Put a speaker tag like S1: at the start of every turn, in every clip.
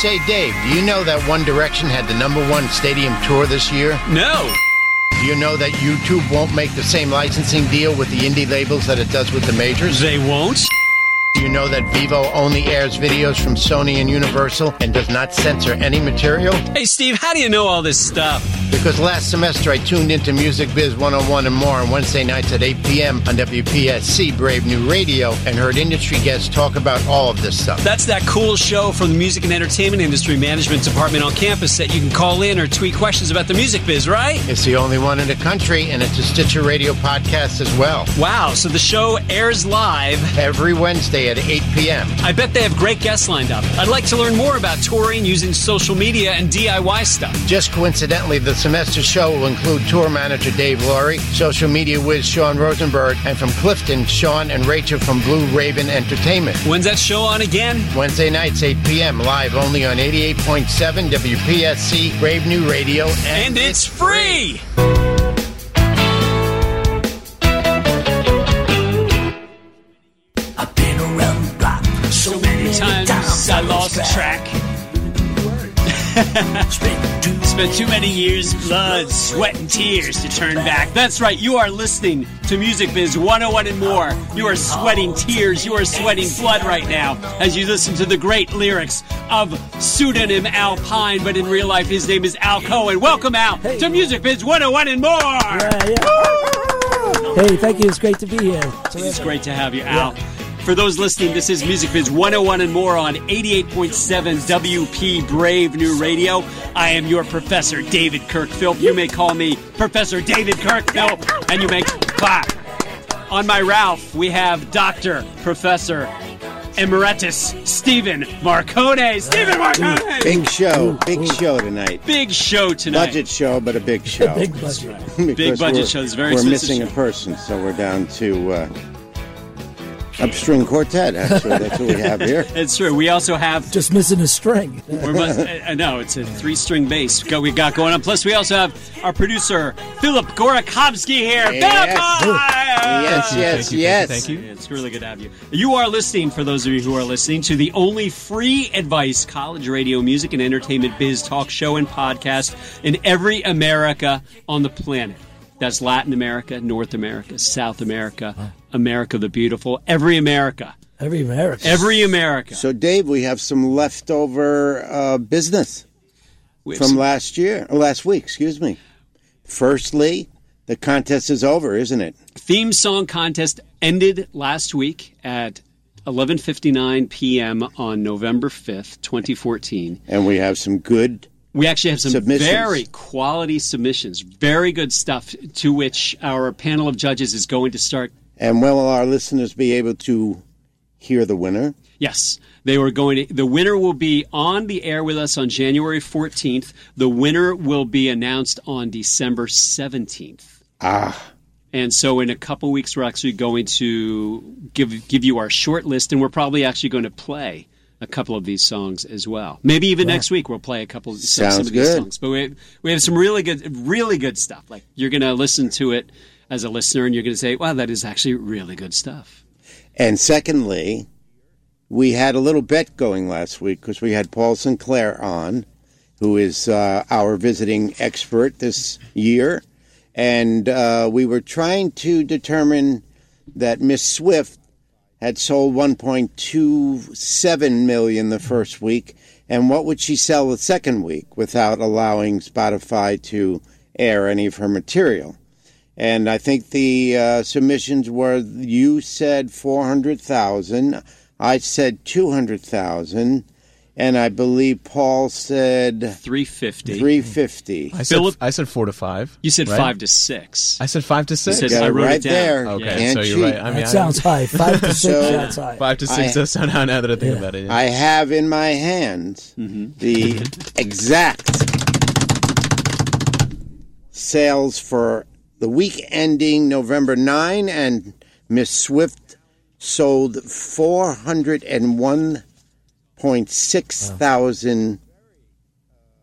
S1: Say, Dave, do you know that One Direction had the number one stadium tour this year?
S2: No.
S1: Do you know that YouTube won't make the same licensing deal with the indie labels that it does with the majors?
S2: They won't.
S1: Do you know that Vivo only airs videos from Sony and Universal and does not censor any material?
S2: Hey, Steve, how do you know all this stuff?
S1: Because last semester I tuned into Music Biz 101 and more on Wednesday nights at 8 p.m. on WPSC Brave New Radio and heard industry guests talk about all of this stuff.
S2: That's that cool show from the Music and Entertainment Industry Management Department on campus that you can call in or tweet questions about the music biz, right?
S1: It's the only one in the country and it's a Stitcher Radio podcast as well.
S2: Wow, so the show airs live.
S1: Every Wednesday at 8 p.m.
S2: I bet they have great guests lined up. I'd like to learn more about touring using social media and DIY stuff.
S1: Just coincidentally, the semester show will include tour manager Dave Lurie, social media whiz Sean Rosenberg, and from Clifton, Sean and Rachel from Blue Raven Entertainment.
S2: When's that show on again?
S1: Wednesday nights, 8 p.m., live only on 88.7 WPSC, Brave New Radio,
S2: And it's free!
S3: I've been around the block so many
S2: Times I lost track.
S3: Spent too
S2: Spent too many years, blood, sweat, and tears to turn back. That's right, you are listening to Music Biz 101 and more. You are sweating tears, you are sweating blood right now as you listen to the great lyrics of pseudonym Al Pine, but in real life his name is Al Cohen. Welcome, Al, to Music Biz 101 and more.
S4: Yeah, yeah. Hey, thank you. It's great to be here.
S2: It's great to have you, Al. For those listening, this is Music Biz 101 and more on 88.7 WP Brave New Radio. I am your professor, David Kirkphilp. You may call me Professor David Kirkphilp, and you may clap. On my Ralph, we have Dr. Professor Emeritus Stephen Marcone. Stephen
S1: Mm.
S2: Marcone!
S5: Big show, big show tonight.
S2: Big show tonight.
S5: Budget show, but a big show.
S4: Big budget.
S5: Because
S2: Big budget
S5: we're-
S2: show, it's very
S5: We're
S2: expensive
S5: missing a
S2: show.
S5: person, so we're down to uh, upstring quartet. Actually, that's what we have here.
S2: It's true. We also have
S4: Just missing a string.
S2: We're must, I I know it's a three-string bass go we got going on. Plus, we also have our producer Philip Gorakovsky here.
S5: Yes.
S2: Philip!
S5: Yes, yes, yes.
S2: It's really good to have you. You are listening, for those of you who are listening, to the only free advice college radio, music, and entertainment biz talk show and podcast in every America on the planet. That's Latin America, North America, South America, America the Beautiful, every America,
S4: Every American.
S2: every America.
S5: So, Dave, we have some leftover uh, business
S2: We have
S5: from
S2: some-
S5: last year, or last week. Excuse me. Firstly, the contest is over, isn't it?
S2: theme song contest ended last week at 11:59 p.m. on November 5th, 2014.
S5: And we have some good.
S2: We actually have some
S5: Submissions.
S2: very quality submissions, very good stuff to which our panel of judges is going to start
S5: And when will our listeners be able to hear the winner?
S2: Yes, they were going to. The winner will be on the air with us on January 14th. The winner will be announced on December 17th.
S5: Ah.
S2: And so, in a couple weeks, we're actually going to give give you our short list, and we're probably actually going to play a couple of these songs as well. Maybe even next week we'll play a couple of some, some
S5: Sounds
S2: of these
S5: good.
S2: songs. But we we have some really good really good stuff. Like you're going to listen to it as a listener, and you're going to say, "Wow, that is actually really good stuff."
S5: And secondly, we had a little bet going last week because we had Paul Sinclair on, who is uh, our visiting expert this year. And uh, we were trying to determine that Miss Swift had sold 1.27 million the first week. And what would she sell the second week without allowing Spotify to air any of her material? And I think the uh, submissions were you said 400,000, I said 200,000, and I believe Paul said
S2: Three fifty.
S5: 350.
S6: I said,
S2: Philip-
S6: I said four to five.
S2: You said
S6: right?
S2: five to six.
S6: I said five to six.
S2: said
S5: Got
S2: I
S5: it
S2: wrote it
S5: right
S2: down.
S5: there.
S6: okay,
S5: Can't
S6: so you're
S5: cheat.
S6: right. I mean,
S4: That
S6: I-
S4: sounds high. Five to six.
S5: So-
S4: that's high.
S6: five to six
S5: I-
S6: does sound high now that I think
S4: Yeah.
S6: about it.
S5: I have in my hands the exact sales for the week ending November 9, and Miss Swift sold 401.6 thousand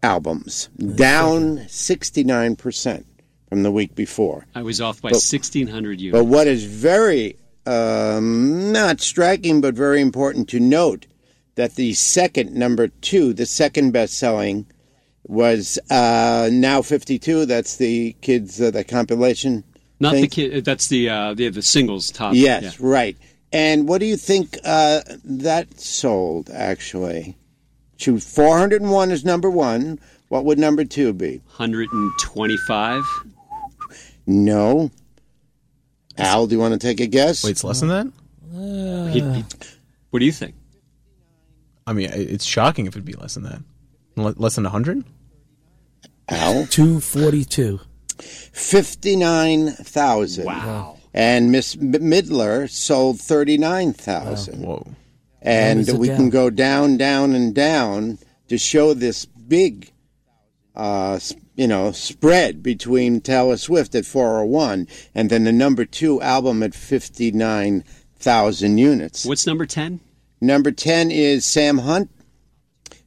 S5: albums, down 69% from the week before.
S2: I was off by 1,600 units.
S5: But what is very um, not striking, but very important to note that the second number two, the second best selling, was uh, now 52. That's the kids, uh, the compilation.
S2: Not
S5: thing.
S2: the kid. That's the uh, the, the singles top.
S5: Yes,
S2: Yeah.
S5: right. And what do you think uh, that sold actually? Choose 401 is number one. What would number two be?
S2: 125.
S5: No. Al, do you want to take a guess?
S6: Wait, it's less than that? Uh.
S2: He- he- what do you think?
S6: I mean, i- it's shocking if it'd be less than that. Le- less than 100?
S5: Al,
S4: 242.
S5: 59,000.
S2: Wow.
S5: And Miss M- Midler sold 39,000.
S6: Whoa.
S5: And
S4: Numbers are
S5: we
S4: down.
S5: can go down, down, and down to show this big, uh, s- you know, spread between Taylor Swift at 401 and then the number two album at 59,000 units.
S2: What's number 10?
S5: Number 10 is Sam Hunt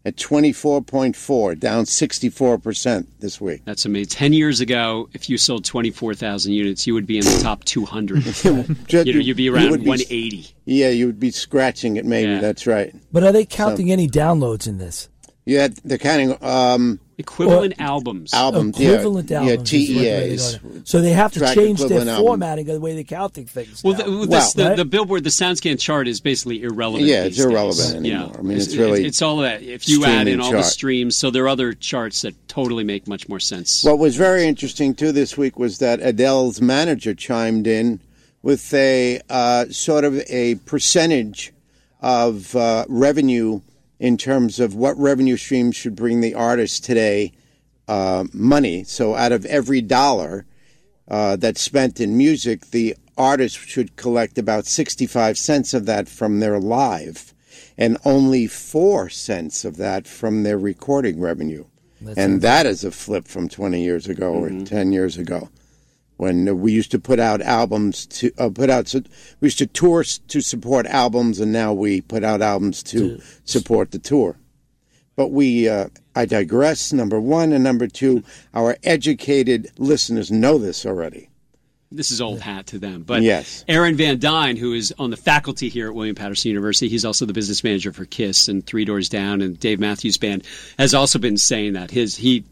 S5: at 24.4, down 64% this week.
S2: That's amazing. 10 years ago, if you sold 24,000 units, you would be in the top 200.
S5: Ju-
S2: you know, you'd be
S5: you
S2: around
S5: would be-
S2: 180.
S5: Yeah, you would be scratching it, maybe.
S2: Yeah.
S5: That's right.
S4: But are they counting any downloads in this?
S5: You had the kind of um,
S2: Equivalent albums.
S5: album, yeah,
S4: Equivalent
S5: yeah, E
S4: albums. is what they
S5: TEAs.
S4: are. So they have to
S5: Track
S4: change their
S5: equivalent album.
S4: formatting of the way they're counting things.
S2: Well,
S4: now.
S2: the, this, the,
S4: right?
S2: the Billboard, the SoundScan chart is basically irrelevant.
S5: Yeah, it's
S2: these days.
S5: irrelevant
S2: Yeah.
S5: anymore. I mean, it's really
S2: it's all that. If you add in
S5: streaming
S2: all the
S5: chart.
S2: streams, so there are other charts that totally make much more sense.
S5: What was very interesting too this week was that Adele's manager chimed in with a uh, sort of a percentage of uh, revenue in terms of what revenue streams should bring the artist today uh, money. So out of every dollar uh, that's spent in music, the artist should collect about 65 cents of that from their live and only 4 cents of that from their recording revenue. and that is a flip from 20 years ago or 10 years ago when uh, we used to put out albums to uh, put out so we used to tour s- to support albums and now we put out albums to support the tour but we uh, i digress number one and number two our educated listeners know this already
S2: this is old hat to them. But
S5: Yes.
S2: Aaron Van Dyne, who is on the faculty here at William Patterson University, he's also the business manager for Kiss and Three Doors Down and Dave Matthews Band, has also been saying that his he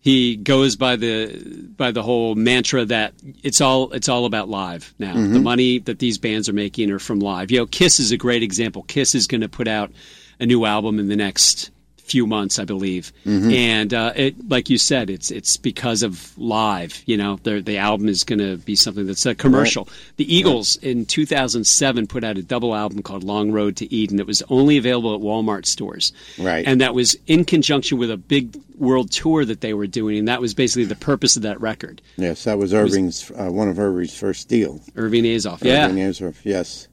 S2: he goes by the by the whole mantra that it's all it's all about live now. The money that these bands are making are from live. You know, Kiss is a great example. Kiss is going to put out a new album in the next few months, I believe. And uh, it, like you said, it's it's because of live. You know, the the album is going to be something that's a commercial. The Eagles in 2007 put out a double album called Long Road to Eden that was only available at Walmart stores.
S5: Right.
S2: And that was in conjunction with a big world tour that they were doing, and that was basically the purpose of that record.
S5: yes that was irving's uh, one of irving's first deals
S2: Irving Azoff. Yeah.
S5: Irving Azoff, yes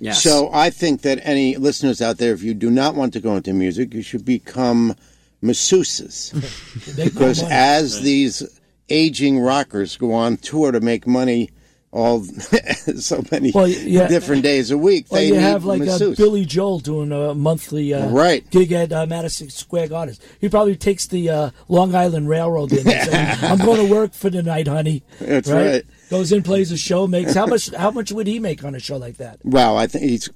S2: Yes.
S5: So I think that any listeners out there, if you do not want to go into music, you should become masseuses. because as these aging rockers go on tour to make money all so many
S4: Well, yeah.
S5: different days a week,
S4: Well,
S5: they
S4: you
S5: need
S4: have like uh,
S5: masseuse.
S4: Billy Joel doing a monthly uh,
S5: Right.
S4: gig at uh, Madison Square Garden. He probably takes the uh, Long Island Railroad in and says, "I'm going to work for the night, honey."
S5: That's right.
S4: Goes in, plays a show, makes how much? How much would he make on a show like that?
S5: Wow, I think he's.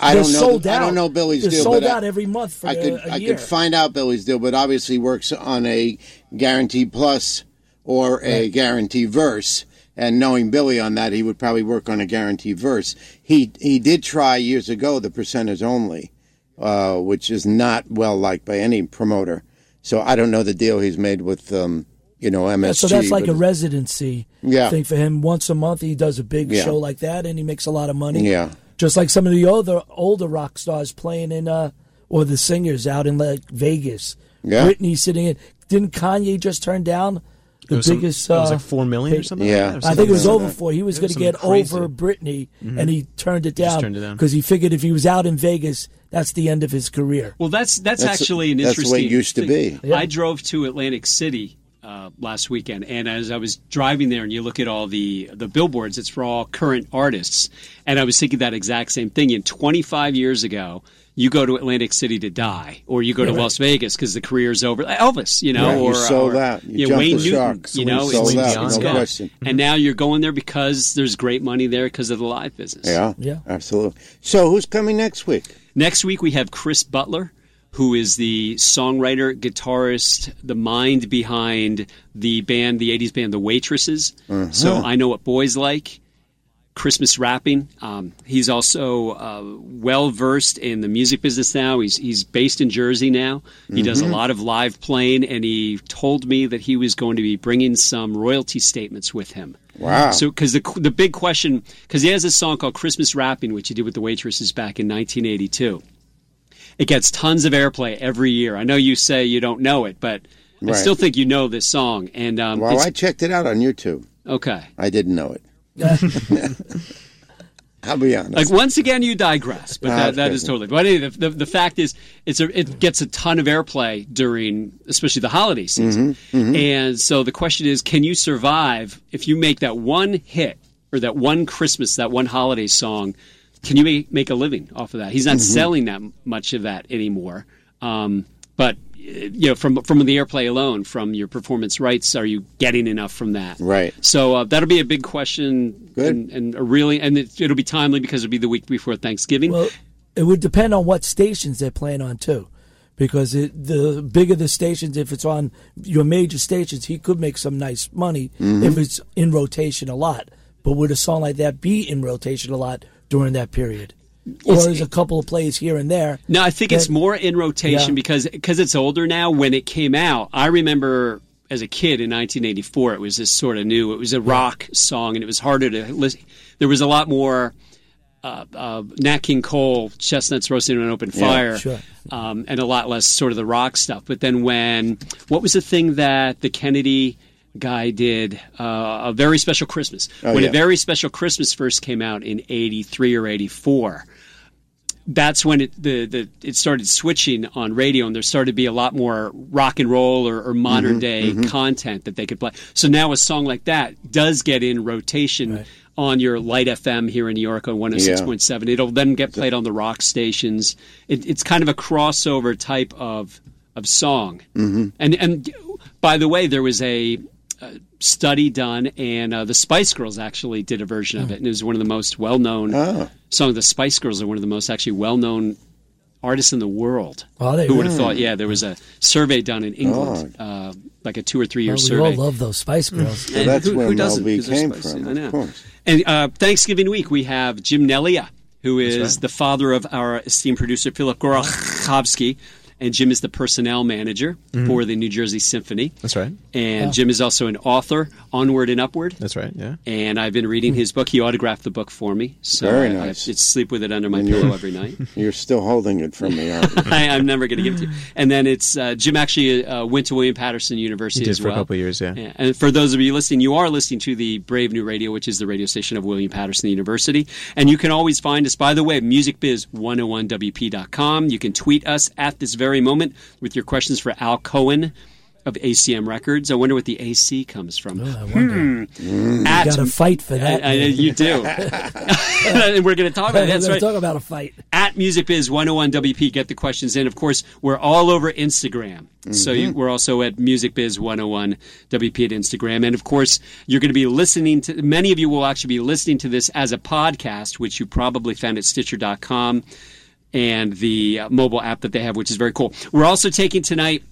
S5: I
S4: They're
S5: don't know.
S4: sold
S5: I
S4: out.
S5: don't know Billy's
S4: They're
S5: deal,
S4: sold
S5: but I-
S4: out every month for
S5: I could
S4: a- a
S5: I
S4: year.
S5: could find out Billy's deal, but obviously works on a guarantee plus or a guarantee verse. And knowing Billy on that, he would probably work on a guarantee verse. He he did try years ago the percenters only, uh, which is not well liked by any promoter. So I don't know the deal he's made with um, you know MSG.
S4: so that's like
S5: but-
S4: a residency
S5: Yeah.
S4: thing for him. Once a month, he does a big
S5: Yeah.
S4: show like that, and he makes a lot of money.
S5: Yeah.
S4: just like some of the other older rock stars playing in, uh, or the singers out in like Vegas.
S5: Yeah.
S4: Britney sitting in. Didn't Kanye just turn down the
S6: It was some-
S4: biggest?
S6: it was
S4: uh,
S6: like 4 million or
S4: pay-
S6: something?
S5: Yeah.
S6: Like that, or
S4: I
S6: something
S4: think it was
S6: like
S4: over
S6: that.
S4: four. He was
S6: It
S4: going to
S6: something
S4: get
S6: crazy. Mm-hmm.
S4: over Britney, and he turned it
S6: turned it down.
S4: down because he figured if he was out in Vegas, that's the end of his career.
S2: Well, that's that's,
S5: That's-
S2: actually an
S5: that's the
S2: interesting.
S5: way it used to
S2: thing.
S5: be.
S2: I drove to Atlantic City uh, last weekend, and as I was driving there, and you look at all the the billboards, it's for all current artists, and I was thinking that exact same thing. And 25 years ago, you go to Atlantic City to die, or you go to Las Vegas because the career's over. Like Elvis, you know,
S5: Right, you
S2: or,
S5: sold
S2: or,
S5: out. You
S2: yeah,
S5: jumped
S2: Wayne
S5: the
S2: Newton,
S5: shark.
S2: you
S5: Someone
S2: know,
S5: sold
S2: it's,
S6: out,
S2: it's
S6: no
S2: gone.
S5: question.
S2: And now you're going there because there's great money there because of the live business.
S5: Yeah,
S4: Yeah.
S5: absolutely. So who's coming next week?
S2: Next week, we have Chris Butler, who is the songwriter, guitarist, the mind behind the band, the 80s band, The Waitresses. So I know what boys like. Christmas rapping. Um, he's also uh, well versed in the music business now. He's he's based in Jersey now. He does
S5: Mm-hmm.
S2: a lot of live playing, and he told me that he was going to be bringing some royalty statements with him.
S5: Wow.
S2: So, because the the big question, because he has this song called "Christmas Rapping," which he did with the waitresses back in 1982. It gets tons of airplay every year. I know you say you don't know it, but I
S5: Right.
S2: still think you know this song. And um,
S5: Well,
S2: it's-
S5: I checked it out on YouTube.
S2: okay,
S5: I didn't know it. I'll be honest.
S2: like once again you digress, but
S5: Nah,
S2: that,
S5: Ah, that's
S2: that
S5: crazy.
S2: is totally. But anyway, the, the, the fact is, it's a, it gets a ton of airplay during, especially the holiday season.
S5: Mm-hmm,
S2: And so the question is, can you survive if you make that one hit or that one Christmas, that one holiday song? Can you make, make a living off of that? He's not
S5: Mm-hmm.
S2: selling that m- much of that anymore. Um, but uh, you know, from from the airplay alone, from your performance rights, are you getting enough from that?
S5: Right.
S2: So uh, that'll be a big question,
S5: Good.
S2: and, and a really, and it, it'll be timely because it'll be the week before Thanksgiving.
S4: Well, it would depend on what stations they're playing on too, because it, the bigger the stations, if it's on your major stations, he could make some nice money
S5: Mm-hmm.
S4: if it's in rotation a lot. But would a song like that be in rotation a lot during that period?
S2: It's-
S4: or is a couple of plays here and there?
S2: no, I think it's
S4: that-
S2: more in rotation
S4: Yeah.
S2: because because it's older now. When it came out, I remember as a kid in 1984, it was this sort of new. It was a rock song, and it was harder to listen. There was a lot more. Uh, uh, Nat King Cole, Chestnuts Roasting on an Open Fire,
S4: sure.
S2: um, and a lot less sort of the rock stuff. But then when what was the thing that the Kennedy guy did? Uh, a very special Christmas. when
S5: yeah.
S2: a very special Christmas first came out in '83 or '84, that's when it the, the it started switching on radio, and there started to be a lot more rock and roll or, or modern day content that they could play. So now a song like that does get in rotation. On your light FM here in New York on 106.7. It'll then get played on the rock stations. It, it's kind of a crossover type of of song. Mm-hmm. And and by the way, there was a study done, and uh, the Spice Girls actually did a version
S4: Hmm.
S2: of it, and it was one of the most well known
S5: Oh.
S2: songs. The Spice Girls are one of the most actually well known artists in the world.
S4: Oh, they
S2: Who would
S4: really-
S2: have thought?
S5: Hmm.
S2: Yeah, there was a survey done in England,
S5: Oh.
S2: uh, like a two or three year
S4: Well, we
S2: survey.
S4: all love those Spice Girls.
S5: Well, that's
S2: who,
S5: where
S2: who doesn't?
S5: Mel B
S2: 'Cause they're
S5: came
S2: spicy.
S5: from,
S2: I
S5: of
S2: know.
S5: course.
S2: And uh, Thanksgiving week, we have Jim Nelia, who is the father of our esteemed producer, Philip Gorokhovsky. And Jim is the personnel manager
S4: Mm-hmm.
S2: for the New Jersey Symphony.
S6: That's right.
S2: And
S4: Oh.
S2: Jim is also an author, Onward and Upward.
S6: That's right. Yeah.
S2: and I've been reading his book. He autographed the book for me, so
S5: Hmm. Very
S2: I, I
S5: nice.
S2: just sleep with it under my
S5: And you-
S2: pillow every night.
S5: You're still holding it from me, aren't you?
S2: I, I'm never going to give it to you. And then it's uh, Jim actually uh, went to William Patterson University
S6: He did
S2: as
S6: for a
S2: well.
S6: couple of years, yeah.
S2: And for those of you listening, you are listening to the Brave New Radio, which is the radio station of William Patterson University. And you can always find us, by the way, musicbiz101wp.com. You can tweet us at this very moment with your questions for Al Cohen. Of ACM Records. I wonder what the AC comes from.
S4: I wonder.
S2: At-
S4: Got to fight for
S2: I,
S4: that.
S2: I,
S4: man.
S2: you do. and we're going to talk about
S4: We're
S2: it. That's
S4: gonna
S2: right.
S4: Talk about a fight.
S2: At Music Biz 101 WP, get the questions in. Of course, we're all over Instagram. So you, we're also at Music Biz 101 WP at Instagram. And of course, you're going to be listening to, many of you will actually be listening to this as a podcast, which you probably found at Stitcher.com and the uh, mobile app that they have, which is very cool. We're also taking tonight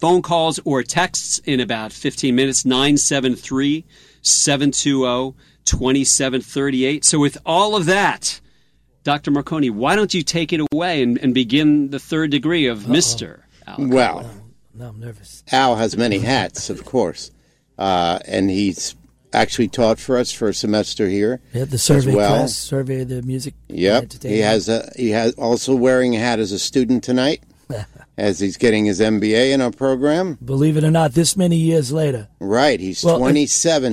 S2: phone calls or texts in about 15 minutes 973 720 2738 oh, so with all of that dr marconi why don't you take it away and, and begin the third degree of mr Al-
S5: Well,
S4: Now I'm nervous.
S5: Al has many hats, of course, uh, and he's actually taught for us for a semester here.
S4: Yeah, the survey
S5: well.
S4: class, survey of the music.
S5: Yep,
S4: entertainment.
S5: he has a he has also wearing a hat as a student tonight, as he's getting his MBA in our program.
S4: Believe it or not, this many years later,
S5: Right, he's
S4: Well, it-
S5: 27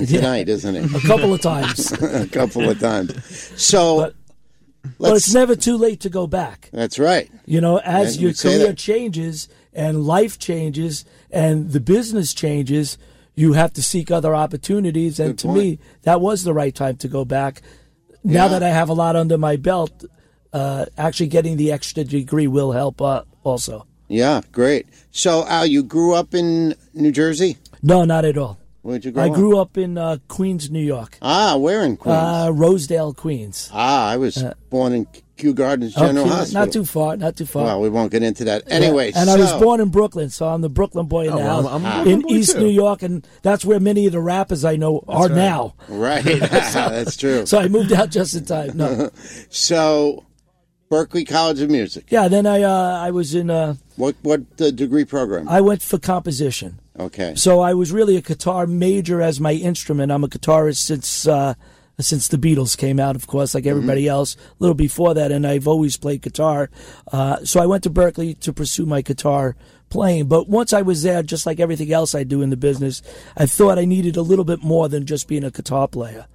S4: yeah.
S5: tonight, isn't
S4: a
S5: he?
S4: couple of times.
S5: a couple of times. So,
S4: But- but
S5: let's.
S4: it's never too late to go back.
S5: that's right.
S4: You know, as
S5: Yeah,
S4: your
S5: you'd say
S4: career
S5: that.
S4: changes and life changes and the business changes, you have to seek other opportunities. And to me, that was the right time to go back. Now
S5: Yeah.
S4: that I have a lot under my belt, uh, actually getting the extra degree will help uh, also.
S5: Yeah, great. So, Al, you grew up in New Jersey.
S4: No, not at all.
S5: Where'd you grow
S4: I
S5: up?
S4: grew up in uh, Queens, New York.
S5: Ah, we're in Queens.
S4: Uh, Rosedale, Queens.
S5: ah, I was born in Kew Gardens General
S4: Okay,
S5: Hospital.
S4: Not too far. Not too far.
S5: Well, we won't get into that. Anyway,
S4: and I was
S5: so-
S4: born in Brooklyn, so I'm the Brooklyn boy
S6: Oh,
S4: now
S6: well, I'm- I'm a
S4: in
S6: Brooklyn boy,
S4: East
S6: too.
S4: New York, and that's where many of the rappers I know are
S6: right.
S4: now.
S5: Right, that's true.
S4: So I moved out just in time. No,
S5: So, Berkeley College of Music.
S4: yeah. Then I uh, I was in uh,
S5: What what the degree program?
S4: I went for composition.
S5: okay.
S4: So I was really a guitar major as my instrument. I'm a guitarist since uh, since the Beatles came out, of course, like everybody else. A little before that, and I've always played guitar. Uh, so I went to Berkeley to pursue my guitar playing. But once I was there, just like everything else I do in the business, I thought I needed a little bit more than just being a guitar player.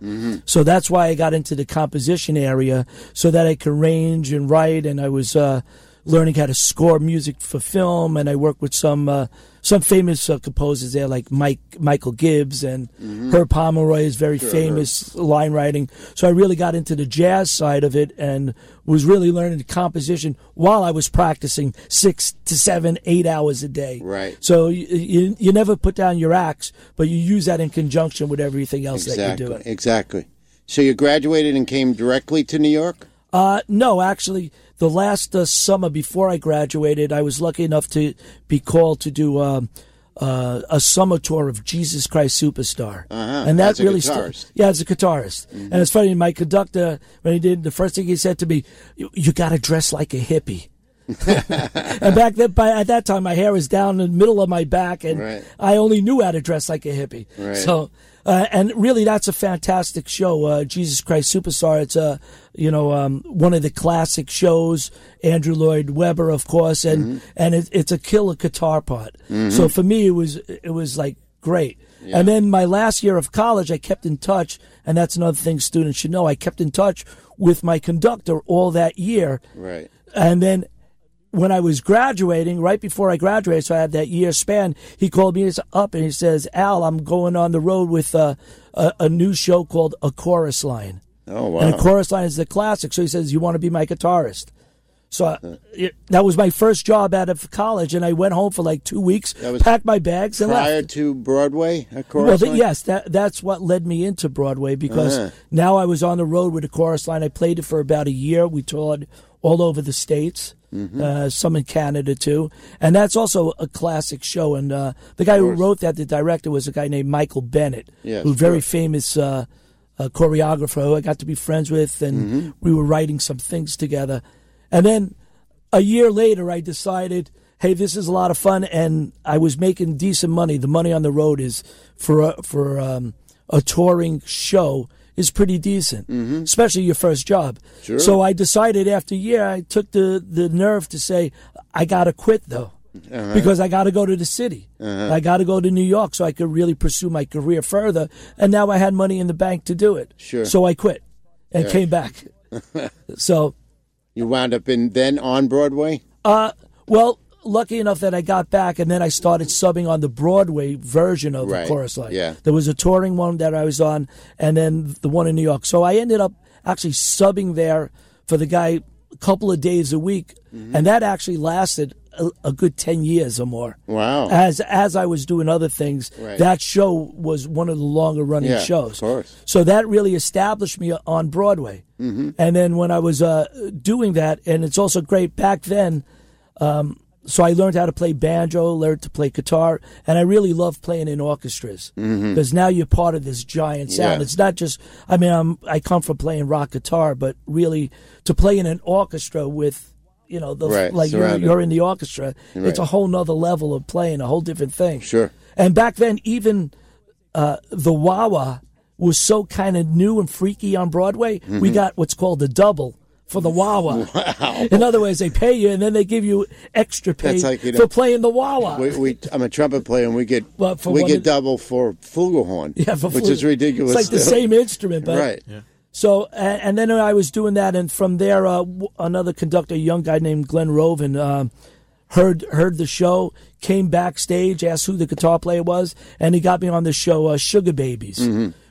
S4: So that's why I got into the composition area, so that I could range and write. And I was. Uh, learning how to score music for film, and I worked with some uh, some famous uh, composers there, like Mike Michael Gibbs and
S5: Mm-hmm.
S4: Herb Pomeroy is very famous line writing. So I really got into the jazz side of it and was really learning the composition while I was practicing six to seven, eight hours a day.
S5: Right.
S4: So you, you, you never put down your axe, but you use that in conjunction with everything else that
S5: exactly.
S4: you're doing.
S5: Exactly. So you graduated and came directly to New York.
S4: Uh, no, actually, the last uh, summer before I graduated, I was lucky enough to be called to do um, uh, a summer tour of Jesus Christ Superstar, uh-huh. and that
S5: as a
S4: really
S5: guitarist. Mm-hmm.
S4: yeah, as a guitarist. And it's funny, my conductor when he did the first thing he said to me, "You, you got to dress like a hippie." and back then, by at that time, my hair was down in the middle of my back, and
S5: Right.
S4: I only knew how to dress like a hippie.
S5: Right.
S4: So, uh, and really, that's a fantastic show, uh, Jesus Christ Superstar. It's a you know um, one of the classic shows. Andrew Lloyd Webber, of course, and and it, it's a killer guitar part. So for me, it was it was like great. And then my last year of college, I kept in touch, and that's another thing students should know. I kept in touch with my conductor all that year,
S5: Right.
S4: and then when I was graduating, right before I graduated, so I had that year span, he called me up and he says, Al, I'm going on the road with uh, a, a new show called A Chorus Line.
S5: Oh wow.
S4: And A Chorus Line is the classic. So he says, You want to be my guitarist? So I,
S5: Uh.
S4: it- that was my first job out of college, and I went home for like two weeks,
S5: was
S4: packed my bags, and left.
S5: Prior to Broadway, of course.
S4: Well, th- yes, that that's what led me into Broadway because now I was on the road with a chorus line. I played it for about a year. We toured all over the states, uh, some in Canada too, and that's also a classic show. And uh, the guy who wrote that, the director, was a guy named Michael Bennett,
S5: Yes,
S4: who's very famous. Uh, a choreographer who I got to be friends with, and we were writing some things together. And then a year later, I decided, hey, this is a lot of fun, and I was making decent money. The money on the road is for a, for um, a touring show is pretty decent, especially your first job. Sure. So I decided after a year, I took the the nerve to say, I gotta quit though.
S5: Uh-huh.
S4: Because I got to go to the city, I got to go to New York, so I could really pursue my career further. And now I had money in the bank to do it.
S5: Sure.
S4: So I quit and came back. so uh,
S5: You wound up in then on Broadway.
S4: Well, lucky enough that I got back, and then I started subbing on the Broadway version of
S5: Right,
S4: the chorus line.
S5: yeah.
S4: There was a touring one that I was on, and then the one in New York. So I ended up actually subbing there for the guy a couple of days a week,
S5: Mm-hmm.
S4: and that actually lasted a, a good ten years or more.
S5: Wow.
S4: As as I was doing other things,
S5: Right.
S4: that show was one of the longer running
S5: Yeah,
S4: shows.
S5: of course.
S4: So that really established me on Broadway. Mm-hmm. And then when I was uh, doing that, and it's also great back then. um, So I learned how to play banjo, learned to play guitar, and I really love playing in orchestras because now you're part of this giant sound.
S5: Mm-hmm. Yeah.
S4: It's not just I mean I'm, I come from playing rock guitar, but really to play in an orchestra with you know the
S5: Right,
S4: like you're,
S5: surrounded.
S4: you're in the orchestra, it's a
S5: Right.
S4: whole nother level of playing, a whole different thing.
S5: Sure.
S4: And back then, even uh, the Wawa was so kind of new and freaky on Broadway.
S5: Mm-hmm.
S4: We got what's called the double for the Wawa. In other words, they pay you and then they give you extra pay
S5: That's like, you know,
S4: for playing the Wawa.
S5: We, we, I'm a trumpet player, and we get
S4: Well, for
S5: we
S4: one
S5: get
S4: of-
S5: double for flugelhorn,
S4: yeah, for
S5: which
S4: flute.
S5: is ridiculous.
S4: It's like the same instrument, but
S5: right?
S4: So and, and then I was doing that, and from there, uh, w- another conductor, a young guy named Glenn Roven, um heard heard the show, came backstage, asked who the guitar player was, and he got me on the show uh, Sugar Babies,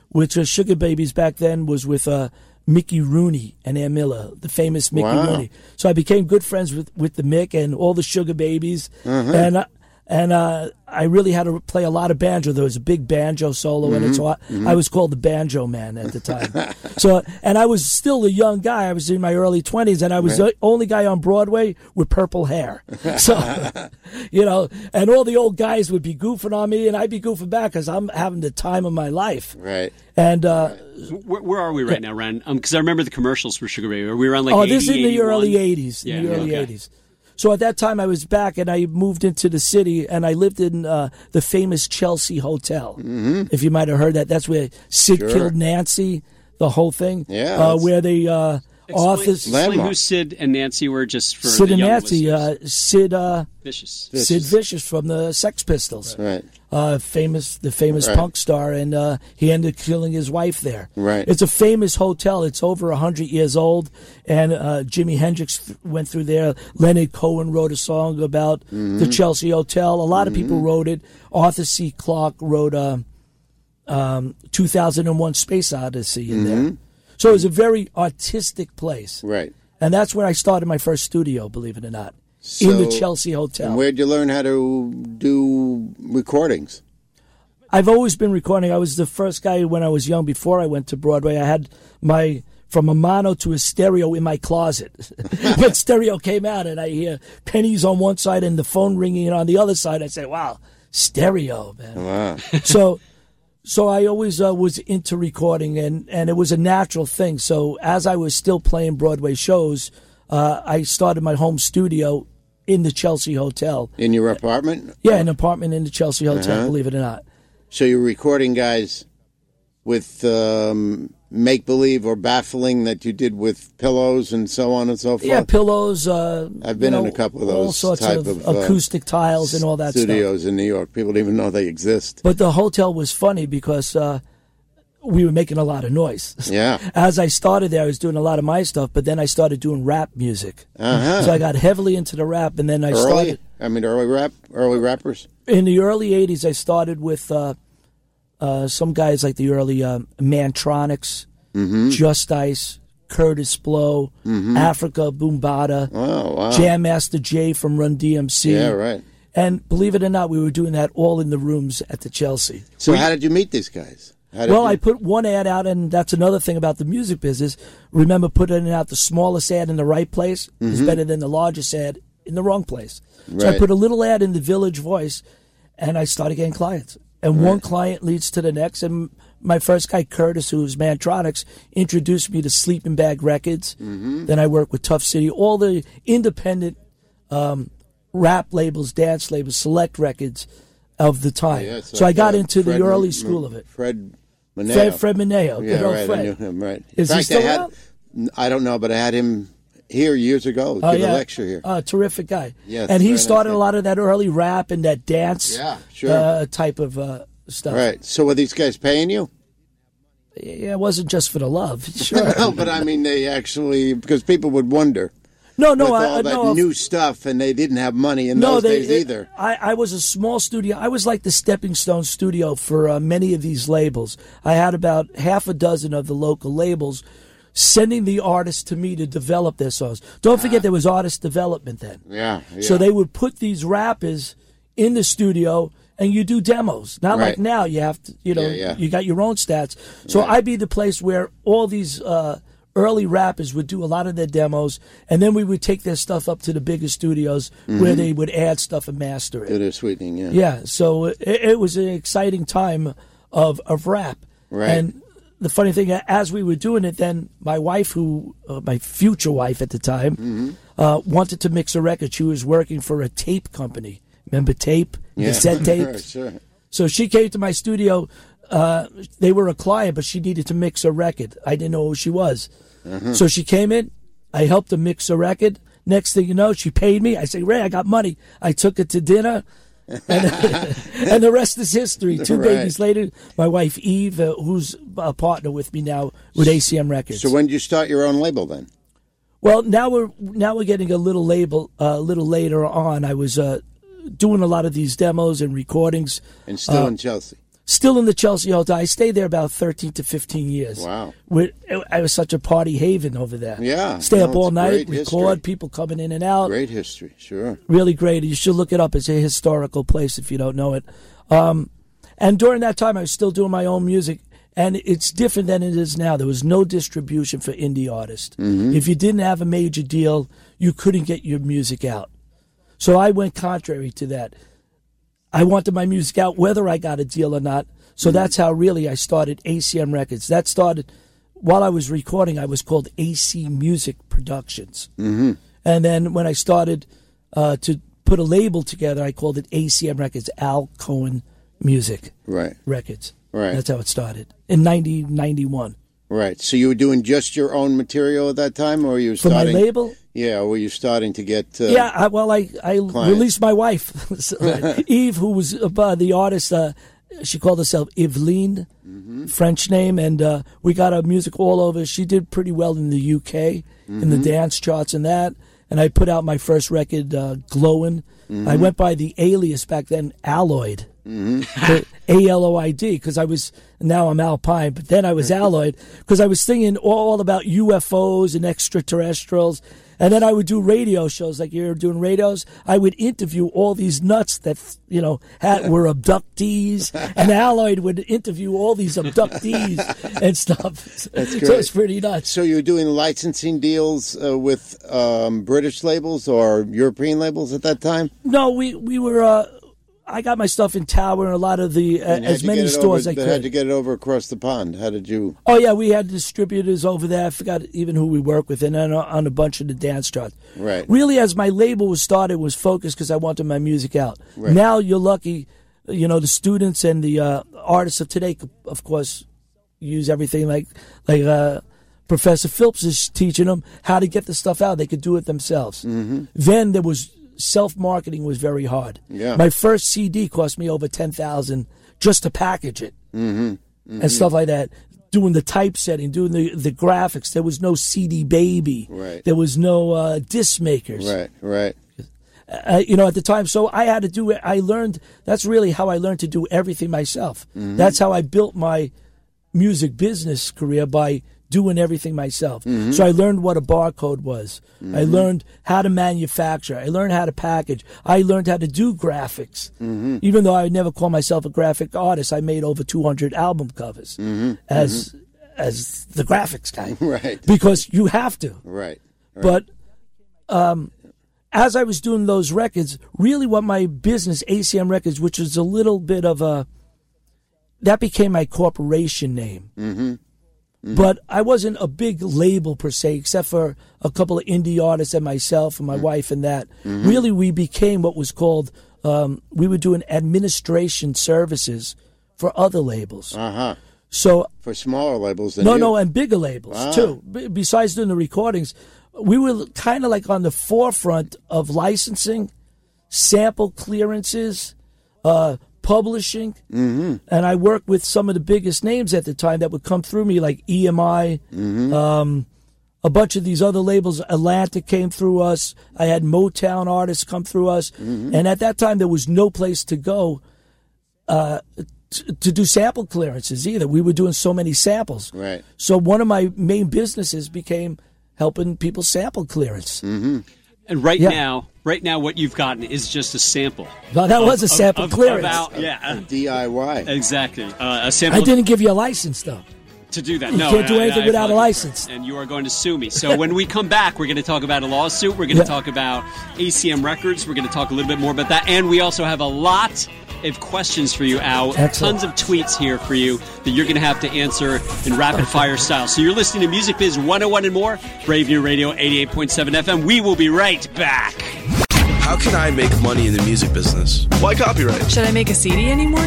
S4: which was Sugar Babies back then was with uh, Mickey Rooney and Ann Miller, the famous Mickey
S5: Wow.
S4: Rooney. So I became good friends with with the Mick and all the Sugar Babies, and. Uh, and uh, I really had to play a lot of banjo. There was a big banjo solo in it, so I, I was called the banjo man at the time. so, and I was still a young guy. I was in my early twenties, and I was the only guy on Broadway with purple hair. So, you know, and all the old guys would be goofing on me, and I'd be goofing back because I'm having the time of my life.
S5: Right.
S4: And uh,
S2: Where, where are we right now, Ren? Because I remember the commercials for Sugar Baby. Are we around like
S4: oh,
S2: 80,
S4: this is in the
S2: 81?
S4: early '80s.
S2: Yeah,
S4: in the
S2: yeah,
S4: early
S2: okay.
S4: '80s. So at that time, I was back, and I moved into the city, and I lived in uh, the famous Chelsea Hotel. Mm-hmm. If you might have heard that, that's where Sid killed Nancy. The whole thing.
S5: Yeah,
S4: Uh,
S5: that's-
S4: where they uh,
S2: Explain-
S4: authors
S2: Explain who
S5: Landmark.
S2: Sid and Nancy were just for
S4: Sid
S2: the
S4: and
S2: young
S4: Nancy.
S2: listeners.
S4: Uh, Sid. Uh,
S2: Vicious.
S4: Sid Vicious from the Sex Pistols.
S5: Right.
S4: Uh, famous, the famous
S5: Right.
S4: punk star, and uh, he ended up killing his wife there.
S5: Right.
S4: It's a famous hotel. It's over hundred years old, and uh, Jimi Hendrix th- went through there. Leonard Cohen wrote a song about
S5: Mm-hmm.
S4: the Chelsea Hotel. A lot of people wrote it. Arthur C. Clarke wrote uh, um, 2001: Space Odyssey in
S5: Mm-hmm.
S4: there. So it was a very artistic place,
S5: Right.
S4: and that's where I started my first studio. Believe it or not, in the
S5: So-
S4: Chelsea Hotel.
S5: And where'd you learn how to do recordings?
S4: I've always been recording. I was the first guy when I was young before I went to Broadway. I had my from a mono to a stereo in my closet. when stereo came out and I hear pennies on one side and the phone ringing on the other side, I say, "Wow, stereo, man."
S5: Wow.
S4: so so I always uh, was into recording, and, and it was a natural thing. So as I was still playing Broadway shows, uh, I started my home studio in the Chelsea Hotel.
S5: In your apartment?
S4: Yeah, an apartment in the Chelsea Hotel, believe it or not.
S5: So you're recording guys with um, make believe or baffling that you did with pillows and so on and so forth.
S4: Yeah, pillows. Uh,
S5: I've been
S4: you
S5: in
S4: know,
S5: a couple of
S4: all
S5: those
S4: sorts
S5: type
S4: of,
S5: of, uh,
S4: acoustic tiles and all that stuff.
S5: Studios in New York. People don't even know they exist.
S4: But the hotel was funny because uh, we were making a lot of noise.
S5: Yeah.
S4: As I started there, I was doing a lot of my stuff, but then I started doing rap music. So I got heavily into the rap, and then I
S5: Uh-huh. Early.
S4: started
S5: I mean, early rap, early rappers.
S4: in the early '80s. I started with uh, uh, some guys like the early um, Mantronics,
S5: Mm-hmm.
S4: Just Ice, Curtis Blow, Africa Boombada,
S5: Oh wow.
S4: Jam Master Jay from Run DMC.
S5: Yeah, right.
S4: And believe it or not, we were doing that all in the rooms at the Chelsea.
S5: So how did you meet these guys? How did
S4: Well,
S5: you-
S4: I put one ad out, and that's another thing about the music business. Remember, putting out the smallest ad in the right place is better than the largest ad in the wrong place. So I
S5: Mm-hmm. Right.
S4: put a little ad in the Village Voice, and I started getting clients. And one client leads to the next. And my first guy, Curtis, who's Mantronics, introduced me to Sleeping Bag Records.
S5: Mm-hmm.
S4: Then I worked with Tough City, all the independent um, rap labels, dance labels, select records of the time.
S5: Yes,
S4: so, I
S5: like,
S4: got
S5: uh,
S4: into
S5: Fred
S4: the early
S5: Mon-
S4: school of it.
S5: Fred Moneo.
S4: Fred, Fred Mineo,
S5: Yeah,
S4: good old
S5: right. I
S4: Fred.
S5: knew him. Right.
S4: Is
S5: In
S4: he
S5: fact,
S4: still
S5: I had,
S4: around?
S5: I don't know, but I had him here years ago.
S4: Oh,
S5: give
S4: yeah.
S5: a lecture here.
S4: Uh, terrific guy.
S5: Yes,
S4: and
S5: very
S4: he
S5: nice
S4: started
S5: guy.
S4: a lot of that early rap and that dance
S5: Yeah, sure.
S4: uh, type of uh, stuff.
S5: right. So were these guys paying you?
S4: Yeah, it wasn't just for the love. Sure.
S5: no, but I mean, they actually because people would wonder
S4: no, no,
S5: with
S4: I,
S5: all
S4: I
S5: that
S4: know.
S5: new stuff, and they didn't have money in
S4: no,
S5: those
S4: they,
S5: days
S4: it-
S5: either.
S4: I, I was a small studio. I was like the stepping stone studio for uh, many of these labels. I had about half a dozen of the local labels sending the artists to me to develop their songs. Don't
S5: Uh-huh.
S4: forget there was artist development then.
S5: Yeah.
S4: So
S5: yeah.
S4: they would put these rappers in the studio and you do demos. Not like
S5: Right.
S4: now you have to, you know,
S5: Yeah, yeah.
S4: you got your own stats. So I'd be the place where all these uh, early rappers would do a lot of their demos and then we would take their stuff up to the bigger studios
S5: Mm-hmm.
S4: where they would add stuff and master it.
S5: It is sweetening. Yeah.
S4: Yeah, so it, it was an exciting time of of rap.
S5: Right.
S4: And the funny thing, as we were doing it, then my wife, who uh, my future wife at the time, uh, wanted to mix a record. She was working for a tape company. Remember tape, cassette tapes.
S5: sure.
S4: So she came to my studio. Uh, they were a client, but she needed to mix a record. I didn't know who she was.
S5: Mm-hmm.
S4: So she came in. I helped her mix a record. Next thing you know, she paid me. I say, Ray, I got money. I took it to dinner. and, and the rest is history. Two
S5: Right.
S4: babies later, my wife Eve, uh, who's a partner with me now with ACM Records.
S5: So when did you start your own label then?
S4: Well, now we're now we're getting a little label a little uh, later on. I was uh, doing a lot of these demos and recordings.
S5: And still in Chelsea.
S4: Still in the Chelsea Hotel. I stayed there about 13 to 15 years.
S5: Wow.
S4: With, it, it was such a party haven over there.
S5: Yeah.
S4: Stay
S5: No,
S4: up all
S5: it's
S4: night,
S5: great
S4: record,
S5: history.
S4: people coming in and out.
S5: Great history, sure.
S4: Really great. You should look it up. It's a historical place if you don't know it. Um, and during that time, I was still doing my own music. And it's different than it is now. There was no distribution for indie artists. If you didn't have a major deal, you couldn't get your music out. So I went contrary to that. I wanted my music out whether I got a deal or not. So that's how really I started ACM Records. That started while I was recording, I was called AC Music Productions. Mm-hmm. And then when I started uh, to put a label together, I called it ACM Records, Al Cohen Music
S5: Right,
S4: Records.
S5: Right.
S4: That's how it started in 1991.
S5: right. So you were doing just your own material at that time, or were you
S4: For my
S5: starting?
S4: label,
S5: Yeah, were you starting to get? Uh,
S4: yeah, I, well, I, I released my wife, So, Eve, who was uh, the artist. Uh, she called herself Eveline, French name, and uh, we got her music all over. She did pretty well in the UK, in the dance charts and that. And I put out my first record, uh, Glowin'. I went by the alias back then, Alloyed. A L O I D because I was now I'm Alpine, but then I was Alloyed because I was singing all about UFOs and extraterrestrials, and then I would do radio shows like you're doing radios. I would interview all these nuts that you know had, were abductees, and Alloyed would interview all these abductees and stuff. So it's pretty nuts.
S5: So you were doing licensing deals uh, with um, British labels or European labels at that time?
S4: No, we we were. Uh, I got my stuff in Tower and a lot of the uh,
S5: And how'd
S4: as
S5: you
S4: many
S5: get it
S4: stores
S5: over,
S4: I could.
S5: How'd you get it over across the pond? How did you?
S4: Oh yeah, we had distributors over there. I forgot even who we work with, and then on a bunch of the dance charts.
S5: Right.
S4: Really, as my label was started, was focused because I wanted my music out. Now you're lucky, you know, the students and the uh, artists of today, could, of course, use everything like like uh, Professor Phillips is teaching them how to get the stuff out. They could do it themselves. Mm-hmm. Then there was self marketing was very hard.
S5: Yeah.
S4: My first CD cost me over ten thousand just to package it
S5: Mm-hmm.
S4: and stuff like that. Doing the typesetting, doing the, the graphics. There was no CD Baby.
S5: Right.
S4: There was no uh, disc makers.
S5: Right, right.
S4: Uh, you know, at the time. So I had to do it. I learned. That's really how I learned to do everything myself. That's how I built my music business career by doing everything myself. So I learned what a barcode was. I learned how to manufacture. I learned how to package. I learned how to do graphics. Even though I would never call myself a graphic artist, I made over 200 album covers as as the graphics guy.
S5: Right.
S4: Because you have to.
S5: Right.
S4: But um, as I was doing those records, really what my business, ACM Records, which was a little bit of a, that became my corporation name. Mm-hmm. But I wasn't a big label per se, except for a couple of indie artists and myself and my wife and that. Really, we became what was called, um, we were doing administration services for other labels.
S5: Uh huh.
S4: So
S5: For smaller labels than
S4: no,
S5: you. Ah.
S4: no, and bigger labels too. B- besides doing the recordings, we were kind of like on the forefront of licensing, sample clearances, uh, publishing, mm-hmm. and I worked with some of the biggest names at the time that would come through me, like EMI, um,
S5: Mm-hmm.
S4: a bunch of these other labels. Atlantic came through us. I had Motown artists come through us,
S5: Mm-hmm.
S4: and at that time there was no place to go uh, t- to do sample clearances either. We were doing so many samples.
S5: Right.
S4: So one of my main businesses became helping people sample clearance.
S2: And right
S4: Yeah.
S2: now, right now, what you've gotten is just a sample.
S4: Now, that was a
S2: of-
S4: sample
S2: of-
S4: clearance.
S2: about- yeah,
S5: DIY.
S2: exactly. Uh, a sample
S4: I didn't give you a license though.
S2: to do that.
S4: You
S2: no,
S4: can't do
S2: I-
S4: anything
S2: I
S4: without a
S2: apologize.
S4: license.
S2: And you are going to sue me. So when we come back, we're going to talk about a lawsuit. We're going to
S4: Yeah.
S2: talk about ACM Records. We're going to talk a little bit more about that. And we also have a lot of questions for you, Al.
S4: Excellent.
S2: Tons of tweets here for you that you're going to have to answer in rapid fire style. So you're listening to Music Biz 101 and more, Brave New Radio 88.7 FM. We will be right back.
S7: How can I make money in the music business? Why copyright?
S8: Should I make a CD anymore?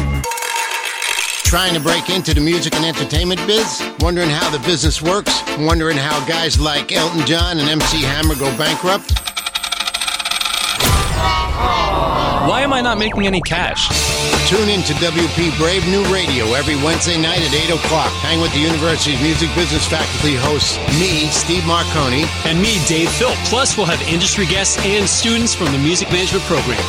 S1: Trying to break into the music and entertainment biz? Wondering how the business works? Wondering how guys like Elton John and MC Hammer go bankrupt?
S6: Why am I not making any cash?
S1: Tune in to WP Brave New Radio every Wednesday night at 8 o'clock. Hang with the university's music business faculty hosts, me, Steve Marconi,
S2: and me, Dave Phil. Plus, we'll have industry guests and students from the music management program.